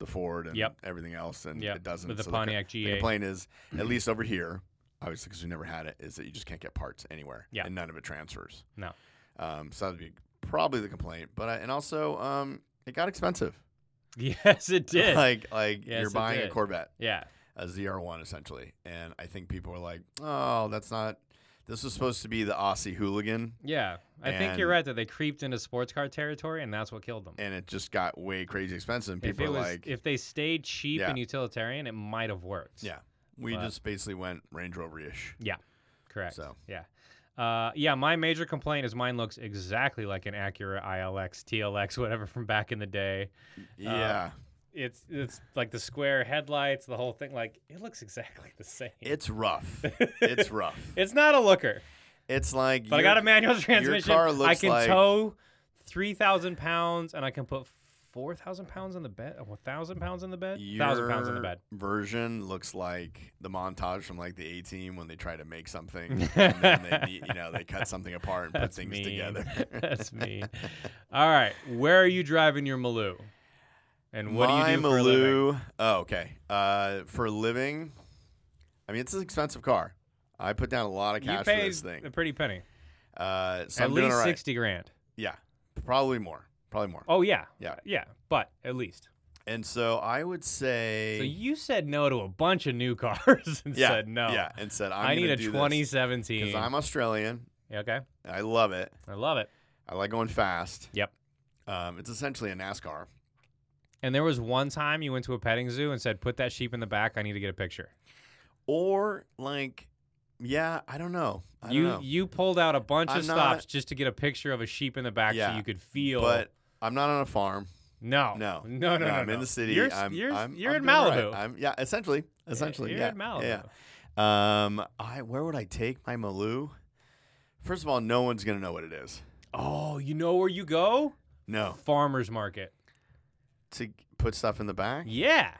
the Ford and
Yep.
everything else, and
Yep,
it doesn't.
With the
So co-
Pontiac
the
GA.
complaint is, at least over here, obviously because we never had it, is that you just can't get parts anywhere,
Yeah.
and none of it transfers.
No.
Um, so that'd be probably the complaint. But I, and also, um, it got expensive.
yes, it did.
Like like
Yes,
you're
it
buying a
did.
Corvette
yeah.
a ZR1 essentially. And I think people were like, "Oh, that's not. This was supposed to be the Aussie hooligan,
Yeah. I think you're
And-
right that they creeped into sports car territory, and that's what killed them.
and it just got way crazy expensive. And
If
people
it
were
was,
like,
if they stayed cheap
Yeah.
and utilitarian, it might have worked.
Yeah. we
but-
just basically went Range Rover ish.
uh, Correct.
So
Uh, yeah, my major complaint is mine looks exactly like an Acura ILX, TLX, whatever from back in the day.
yeah,
It's it's like the square headlights, the whole thing. Like it looks exactly the same.
it's rough. it's rough.
it's not a looker,
It's like,
but I
your-
got a manual transmission.
car looks
I can
like-
tow three thousand pounds, and I can put four thousand pounds in the bed. One thousand pounds in the bed. Thousand pounds in the
your
bed.
Version looks like the montage from like the A Team when they try to make something, and then they, need- you know, they cut something apart and put
That's
things
mean.
together.
That's me. All right, where are you driving your Maloo? And what
My
do you do for a living?
Maloo- Oh, okay. Uh, for a living, I mean, it's an expensive car. I put down a lot of
You
cash for
paid
this
a
thing.
pretty penny.
Uh, so
at
I'm doing
least
all right.
sixty grand.
Yeah, probably more. Probably more.
Oh yeah,
Yeah.
yeah. But at least.
And so I would say,
So you said no to a bunch of new cars and
yeah,
said no.
yeah, and said I'm
I need
gonna
a
do this
2017.
because I'm Australian.
Yeah, okay,
I love it.
I love it.
I like going fast.
Yep.
Um, it's essentially a NASCAR.
And there was one time you went to a petting zoo and said, "Put that sheep in the back. I need to get a picture."
Or like, yeah, I don't know. I don't
you
know.
you pulled out a bunch
I'm
of
not-
stops just to get a picture of a sheep in the back so
Yeah,
you could feel.
but I'm not on a farm.
no,
No,
Oh, no, no, no.
I'm
no.
in the city.
You're,
I'm,
you're,
I'm-
you're
I'm
in
doing all right.
Malibu.
I'm, yeah, essentially, essentially.
you're
yeah,
in Malibu.
Yeah. yeah. Um, I where would I take my Maloo? First of all, no one's gonna know what it is.
Oh, you know where you go?
No,
Farmers market.
to put stuff in the back.
Yeah.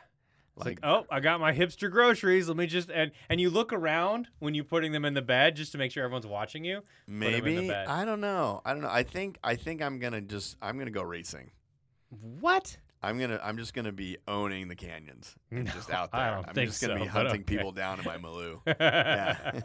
It's like,
Like-
oh, I got my hipster groceries. Let me just and and you look around when you're putting them in the bed just to make sure everyone's watching you. in the
Maybe
bag.
I don't know. I don't know. I think I think I'm gonna just I'm gonna go racing.
What?
I'm gonna I'm just gonna be owning the canyons and just
No,
out there.
I don't
am
think
just gonna
so,
be
but
hunting
okay.
people down in my Maloo. Yeah,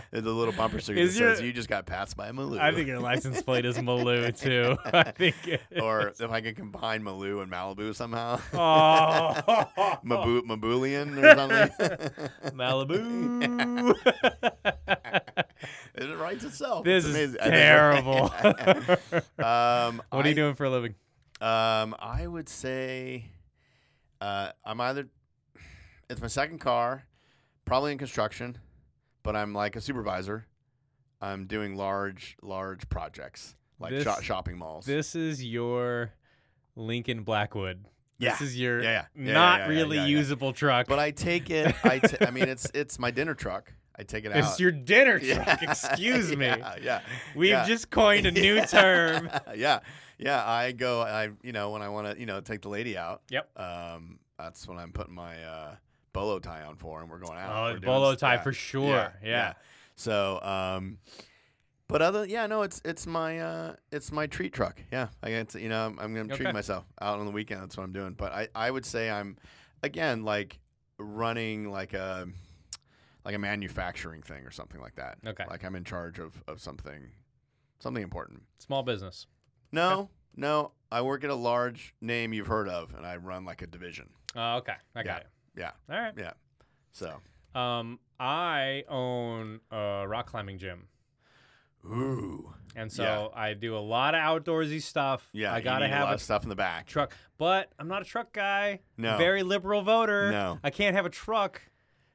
the little bumper sticker that
Is your-
says you just got passed by a Maloo.
I think your license plate is Malou too. I think. It
or
is.
if I can combine Malou and Malibu somehow.
oh,
Mabu- Mabulian or something.
Malibu.
it writes itself.
this
It's
is
amazing.
terrible.
um,
what are you doing for a living?
doing? Um, I would say uh, I'm either it's my second car, probably in construction, but I'm like a supervisor. I'm doing large, large projects. like
This-
sho- shopping malls.
This is your Lincoln Blackwood.
yeah.
This is your
Yeah, yeah. Yeah, yeah,
not
yeah, yeah,
really
yeah, yeah.
usable truck.
but I take it. I, t- I mean, it's it's my dinner truck. I take it out.
it's your dinner
Yeah.
truck. Excuse me.
Yeah, yeah.
We've
yeah.
just coined a new term.
yeah, yeah. I go. I you know when I want to you know take the lady out.
Yep.
Um, that's when I'm putting my uh, bolo tie on for, and we're going out.
Oh,
We're doing
bolo
s-
tie
yeah,
for sure. Yeah.
So, um, but other yeah, no, it's it's my uh, it's my treat truck. Yeah, I get to, you know I'm, I'm gonna treat
Okay.
myself out on the weekend. That's what I'm doing. But I I would say I'm again like running like a like a manufacturing thing or something like that.
Okay.
Like I'm in charge of of something something important.
Small business.
No, no, I work at a large name you've heard of, and I run like a division.
Oh, okay. I got
Yeah,
it. All right.
so.
Um, I own a rock climbing gym.
Ooh,
And so I do a lot of outdoorsy stuff.
yeah.
I
you
gotta
need
have
lot
a
of stuff in the back.
truck, but I'm not a truck guy.
No.
very liberal voter.
No.
I can't have a truck.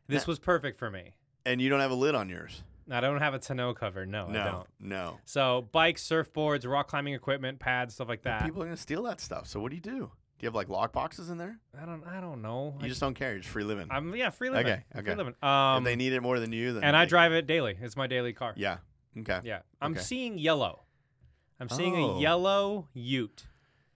This was perfect for me.
and you don't have a lid on yours.
I don't have a tonneau cover. No, I
No,
don't.
no.
So bikes, surfboards, rock climbing equipment, pads, stuff like that.
People are gonna steal that stuff. So what do you do? Do you have like lock boxes in there?
I don't. I don't know.
You
I,
just don't care. You're just free living.
I'm yeah, free living.
Okay,
I'm
okay.
Free living. Um,
if they need it more than you, then
and I
they-
drive it daily. It's my daily car.
Yeah. Okay.
Yeah. I'm
Okay.
seeing yellow. I'm seeing
Oh.
a yellow Ute.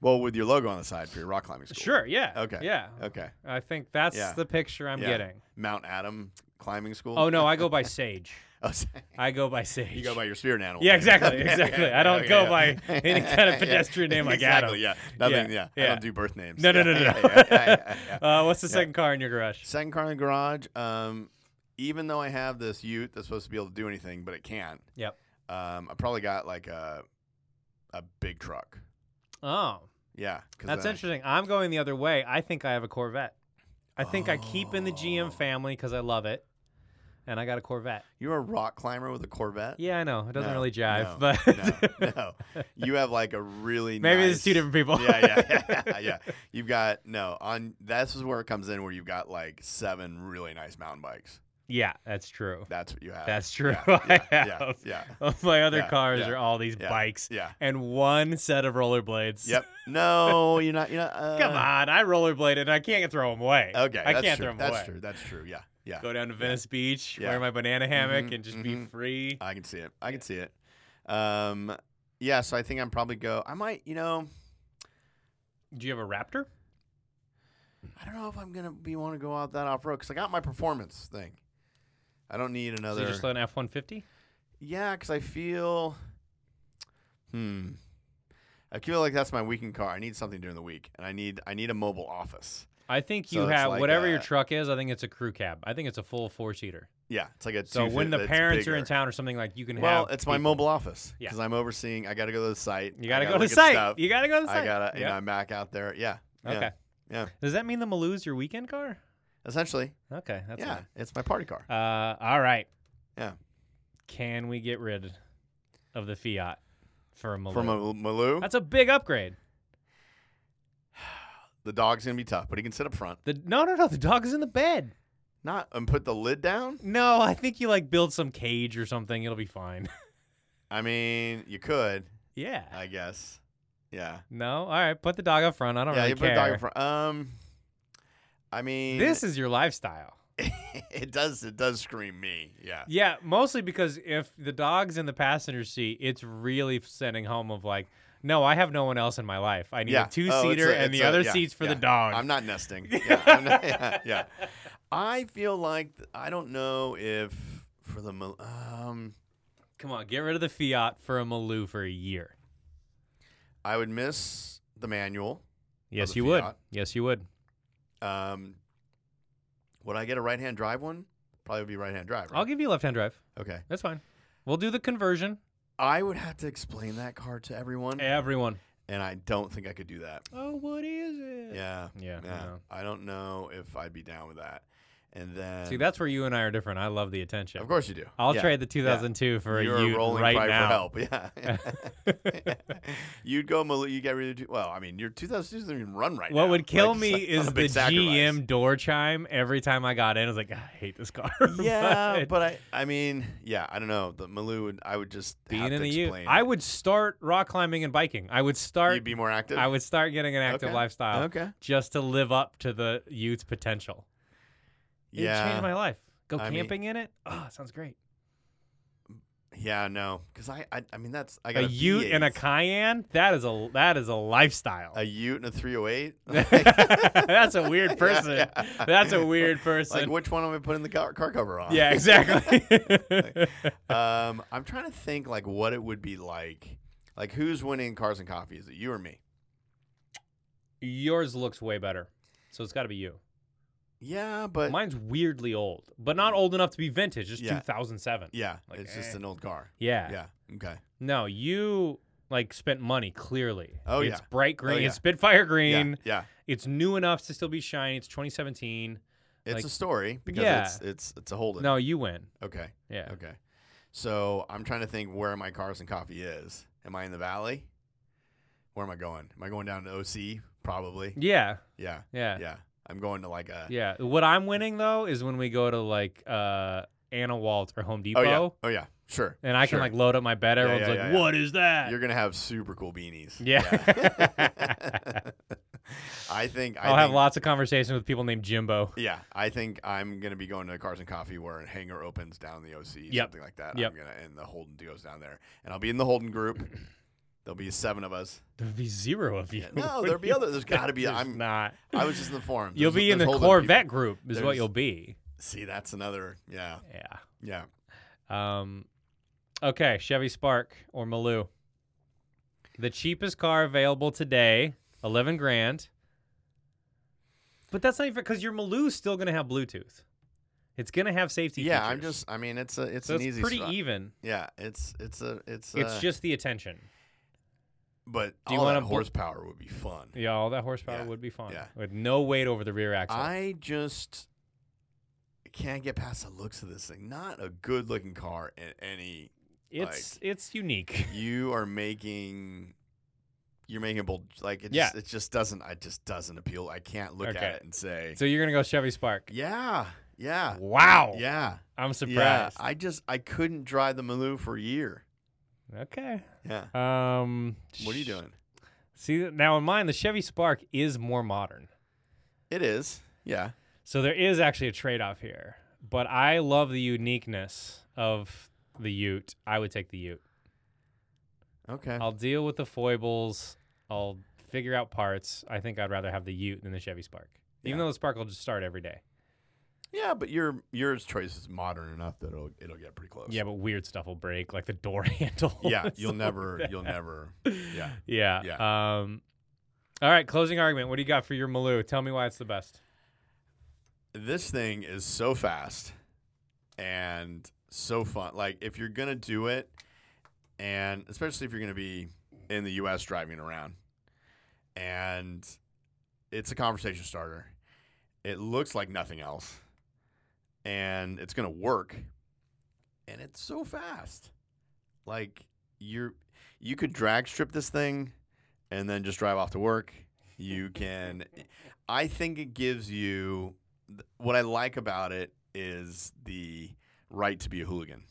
Well, with your logo on the side for your rock climbing school.
Sure. Yeah.
Okay.
Yeah.
Okay.
I think that's
Yeah.
the picture I'm
Yeah.
getting.
Mount Adam climbing school.
Oh no, I go by Sage.
Oh, so-
I go by Sage.
you go by your spirit animal.
Yeah,
name.
exactly,
Okay,
exactly.
okay,
I don't
okay,
go
yeah.
by any kind of
Yeah,
pedestrian name like Adam.
Exactly. Yeah. Nothing. Yeah.
Yeah,
I
yeah.
don't do birth names.
No, no,
Yeah,
no, no, no.
yeah, yeah, yeah, yeah, yeah.
Uh, what's the second car in your garage?
Second car in the garage. Um, even though I have this Ute that's supposed to be able to do anything, but it can't.
Yep.
Um, I probably got like a a big truck.
Oh,
Yeah, 'cause
that's
then I-
interesting. I'm going the other way. I think I have a Corvette. I think I keep in the
Oh.
GM family because I love it, and I got a Corvette.
You're a rock climber with a Corvette.
Yeah, I know it doesn't
Uh, No,
really jive,
no,
but
no, no. You have like a really
maybe
nice,
it's two different people.
yeah, yeah, yeah, yeah. You've got no on. This is where it comes in, where you've got like seven really nice mountain bikes.
Yeah, that's true.
That's what you have.
That's true.
Yeah, yeah,
I
yeah,
have.
yeah,
All my other
Yeah,
cars
yeah,
are all these
yeah.
bikes
yeah.
and one set of rollerblades.
Yep. No, you're not. You're not. Uh,
Come on, I rollerbladed. I can't throw them away.
Okay,
I
that's
can't
true.
throw them
That's
away.
true. That's true. Yeah, yeah.
Go down to Venice Beach,
Yeah.
wear my banana hammock,
Mhm,
and just be
mhm.
free.
I can see it. I can see it. Um, yeah. So I think I'm probably go. I might. You know.
Do you have a Raptor?
I don't know if I'm gonna be want to go out that off road because I got my performance thing. I don't need
So
another.
just an F one fifty.
yeah, because I feel. Hmm. I feel like that's my weekend car. I need something during the week, and I need I need a mobile office.
I think you
So it's
have
like
whatever your
a-
truck is. I think it's a crew cab. I think it's a full four seater.
Yeah, it's like a.
So
two
when
fif-
the
that's
parents are in
bigger.
town or something like, you can
Well,
have.
it's my
people.
mobile office
Yeah.
because I'm overseeing. I got to go to the site.
You
I
gotta, go to
look
the
at
site.
stuff.
You gotta go to the site.
I gotta. You
Yeah.
know, I'm back out there. Yeah. yeah,
Okay.
Yeah.
Does that mean the Maloo's your weekend car?
Essentially.
Okay, that's
yeah. It's my party car.
fine. Uh, all right.
Yeah.
Can we get rid of the Fiat for a Maloo?
From a Maloo,
That's a big upgrade.
the dog's gonna be tough, but he can sit up front.
The no, no, no. The dog is in the bed.
Not and put the lid down.
No, I think you like build some cage or something. It'll be fine.
I mean, you could,
yeah.
I guess. Yeah.
no. All right. Put the dog up front. I don't
yeah,
really
you
care.
put dog in front. Um, I mean,
This is your lifestyle.
it does it does scream me. Yeah.
Yeah, mostly because if the dog's in the passenger seat, it's really sending home of like, no, I have no one else in my life. I need
yeah. Oh,
a two seater and the other seats for the dog.
I'm not nesting. Yeah, I'm not- yeah, yeah. I feel like th- I don't know if for the Mal- um,
Come on, get rid of the Fiat for a Maloo for a
Oh,
year.
I would miss the manual.
Yes,
the
you would.
Fiat.
Yes, you would.
Um, would I get a right hand drive one? Probably would be right hand drive. Right?
I'll give you left hand drive.
okay.
That's fine. We'll do the conversion.
I would have to explain that car to everyone,
Everyone.
and I don't think I could do that.
Oh, what is it?
Yeah.
Yeah. I
Yeah.
know.
I don't know if I'd be down with that. And then,
See, that's where you and I are different. I love the attention.
of course you do.
I'll
Yeah.
trade the 2002 for
You're
a Ute
rolling
right
cry
now.
for help. Yeah. You'd go, Mal- you get rid of, well, I mean, your 2002 doesn't even run right now.
What would kill
Like,
me
it's
is
not a
the
big sacrifice.
GM door chime every time I got in. I was like, I hate this car.
Yeah, but I, I mean, yeah, I don't know. The Malou would, I would just have
being in
to
the U,
explain.
I would start rock climbing and biking. I would
You'd
start.
be more active.
I would uh, start getting an active
Okay.
lifestyle
Okay.
just to live up to the youth's potential. It
Yeah.
changed my life. Go
I mean-
camping in it. Oh, it sounds great.
Yeah, no, because I, I, I mean, that's I
A
got
Ute and a
V8.
Cayenne. That is a that is a lifestyle.
a Ute and a 308.
That's a weird
Yeah,
person.
yeah.
That's a weird
Like,
person.
which one am I putting the car, car cover on?
yeah, exactly.
um, I'm trying to think like what it would be like. Like, who's winning cars and coffee? Is it you or me?
Yours looks way better, so it's got to be you.
Yeah, but
Mine's weirdly old, but not old enough to be vintage. It's
Yeah.
2007.
yeah,
Like,
it's
eh.
just an old car.
Yeah.
Yeah. Okay.
No, you like spent money clearly.
Oh,
it's
yeah.
bright green.
yeah.
It's Spitfire
Yeah.
green.
Yeah.
It's new enough to still be shiny. It's 2017.
It's
Like-
a story because
Yeah.
it's it's it's a Holden.
No, you win.
Okay.
Yeah.
Okay. So I'm trying to think where my cars and coffee is. Am I in the valley? Where am I going? Am I going down to OC? Probably.
Yeah.
Yeah.
Yeah.
Yeah. I'm going to like a.
Yeah. What I'm winning though is when we go to like uh Anna Walt or Home Depot
Oh yeah. Oh yeah. Sure.
and I
Sure.
can like load up my bed,
Yeah,
everyone's
yeah,
like,
yeah, yeah.
What is that?
You're gonna have super cool beanies.
Yeah.
I think. I
I'll have
think-
lots of conversations with people named Jimbo.
Yeah, I think I'm gonna be going to Cars and Coffee where a hangar opens down the OC,
Yep.
something like that.
Yep.
I'm gonna and the Holden goes down there, and I'll be in the Holden group. There'll be seven of us.
There'd be zero of you.
No, there'll be other. There's got to be.
There's
I'm.
not.
I was just in the forum.
You'll
There's-
be in the
there's Holden people.
Corvette group is what
There's-
you'll be.
See, that's another. Yeah,
Yeah.
yeah.
Um, okay, Chevy Spark or Maloo. The cheapest car available today, eleven grand. But that's not even because your Maloo's still gonna have Bluetooth. It's gonna have safety.
Yeah, I'm
features.
just. I mean, it's a. It's
so
an
it's
easy.
pretty
spot.
even.
Yeah, it's it's a it's.
It's
uh,
just the attention.
But
Do you
all
wanna
that
bl-
horsepower would be fun.
Yeah, all that horsepower
Yeah,
would be fun.
yeah.
With no weight over the rear axle.
I just can't get past the looks of this thing. Not a good looking car in any
it's it's unique.
you are making you're making a bold like it
Yeah.
just it just doesn't it just doesn't appeal. I can't look
Okay.
at it and say
So you're gonna go Chevy Spark.
Yeah. Yeah.
Wow.
Yeah.
I'm
Yeah.
surprised.
I just I couldn't drive the Maloo for a year.
okay.
Yeah.
Um
What are you doing?
See now in mine, the Chevy Spark is more modern,
It is. Yeah.
so there is actually a trade-off here. But I love the uniqueness of the Ute. I would take the Ute.
Okay.
I'll deal with the foibles. I'll figure out parts. I think I'd rather have the Ute than the Chevy Spark, even
Yeah.
though the Spark will just start every day.
yeah, but your yours choice is modern enough that it'll it'll get pretty close.
Yeah, but weird stuff will break, like the door handle.
Yeah, you'll never you'll never Yeah.
yeah. Um. All right, closing argument. What do you got for your Maloo? Tell me why it's the best.
this thing is so fast and so fun. Like if you're gonna do it, and especially if you're gonna be in the U.S. driving around, and it's a conversation starter. It looks like nothing else, and it's gonna work, and it's so fast. Like you're, you could drag strip this thing, and then just drive off to work. You can. I think it gives you th- what I like about it is the right to be a hooligan,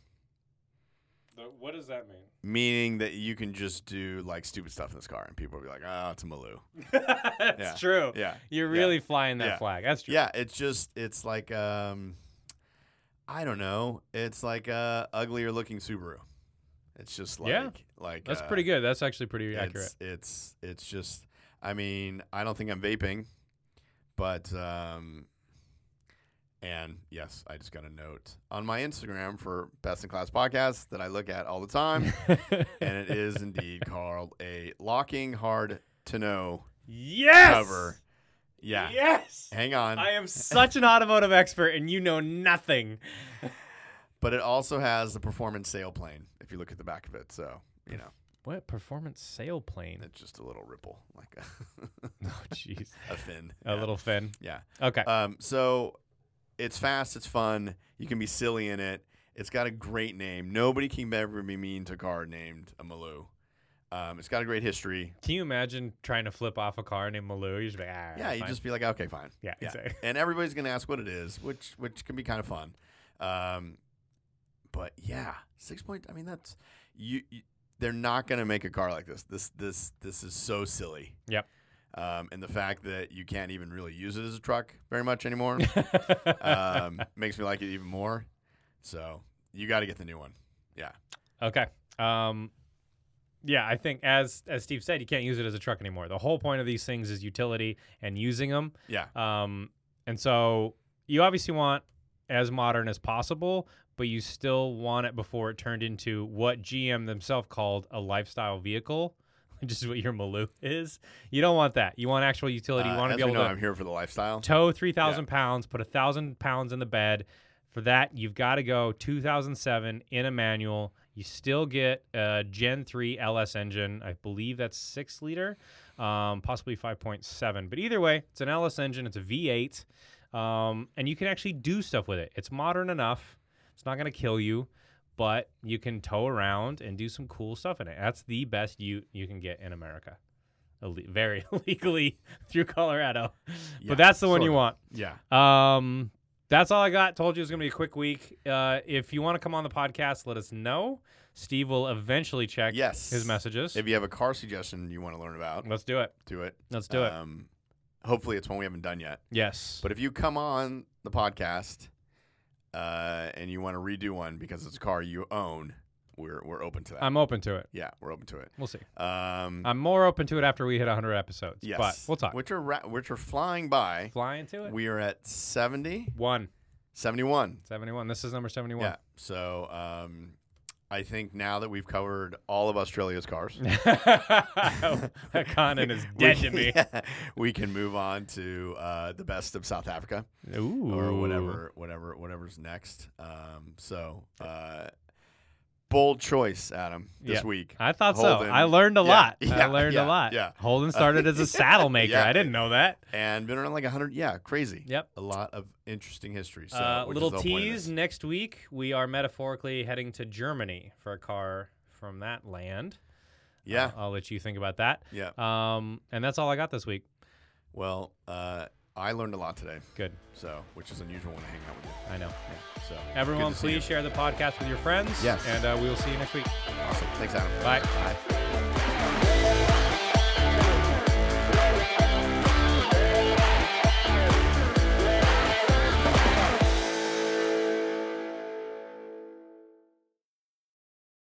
What does that mean?
meaning that you can just do like stupid stuff in this car, and people will be like, "Oh, it's a Maloo."
That's
Yeah.
true.
Yeah,
You're
Yeah.
really flying that
Yeah.
flag. That's true.
yeah. It's just it's like um, I don't know. It's like a uglier looking Subaru. It's just like
Yeah.
like
That's
uh,
pretty good. That's actually pretty
it's,
accurate.
It's it's just I mean, I don't think I'm vaping, but um and yes, I just got a note on my Instagram for Best in Class Podcast that I look at all the time. and it is indeed called a locking hard to know
yes.
cover. Yeah.
Yes.
Hang on.
I am such an automotive expert, and you know nothing.
but it also has the performance sail plane if you look at the back of it. So, you know,
What performance sail plane?
it's just a little ripple, like
Oh, jeez.
a, a fin.
A
Yeah. Uh,
little fin.
Yeah.
Okay.
Um, so it's fast, it's fun. You can be silly in it. It's got a great name. Nobody can ever be mean to a car named a Maloo. Um, it's got a great history.
Can you imagine trying to flip off a car named Malou? You're just like, ah,
Yeah, you
fine."
just be like, okay, fine.
yeah,
yeah.
exactly.
and everybody's gonna ask what it is, which which can be kind of fun. Um, but yeah, six point. I mean, that's you. you they're not gonna make a car like this. This this this is so silly.
Yep.
Um, and the fact that you can't even really use it as a truck very much anymore um, makes me like it even more. So you got to get the new one.
Okay. Um, yeah, I think as as Steve said, you can't use it as a truck anymore. The whole point of these things is utility and using them.
Yeah.
Um, and so you obviously want as modern as possible, but you still want it before it turned into what GM themselves called a lifestyle vehicle, which is what your Maloo is. You don't want that. You want actual utility. You
Uh,
want to
as
be
we
able
know,
to
I'm here for the lifestyle.
tow 3,000 pounds, put 1,000 pounds in the bed. For that, you've got to go 2007 in a manual. You still get a Gen 3 LS engine. I believe that's six liter, um, possibly 5.7. But either way, it's an LS engine, it's a V8, um, and you can actually do stuff with it. It's modern enough, it's not going to kill you. But you can tow around and do some cool stuff in it. That's the best Ute you can get in America, Ille- very illegally through Colorado
Yeah,
but that's the one you want.
sorta. Yeah.
Um, that's all I got. Told you it was going to be a quick week. Uh, if you want to come on the podcast, let us know. Steve will eventually check
Yes.
his messages.
If you have a car suggestion you want to learn about,
Let's do it.
do it.
Let's do it.
Um, hopefully, it's one we haven't done yet.
Yes.
But if you come on the podcast uh, and you want to redo one because it's a car you own, we're we're open to that.
I'm open to it.
yeah, we're open to it.
We'll see.
Um,
I'm more open to it after we hit 100 episodes.
yes,
uh, But we'll talk.
Which are ra- which are flying by.
Flying to it.
We are at 70,
One.
71.
71. This is number 71.
Yeah. So um, I think now that we've covered all of Australia's cars,
that continent is dead to me.
we can move on to uh, the best of South Africa.
Ooh.
or whatever, whatever, whatever's next. Um, so, uh, bold choice, Adam, this
Yeah.
week.
I thought
Holden.
so. I learned a
Yeah,
lot.
yeah,
I learned a
yeah,
lot.
yeah.
Holden started as a saddle maker.
Yeah.
I didn't know that.
and been around like hundred. Yeah, crazy.
Yep.
a lot of interesting history. So,
uh,
which is
little
the whole point of
tease
this.
next week we are metaphorically heading to germany for a car from that land Uh,
Yeah,
i'll, I'll let you think about that
yeah.
um, and that's all i got this week
Well, uh, I learned a lot today,
good
so which is unusual when I hang out with you.
i know
Yeah, so good
everyone
to see you.
please share the podcast with your friends
Yes.
and uh, we will see you next week
Awesome. Thanks, Adam.
bye
Bye.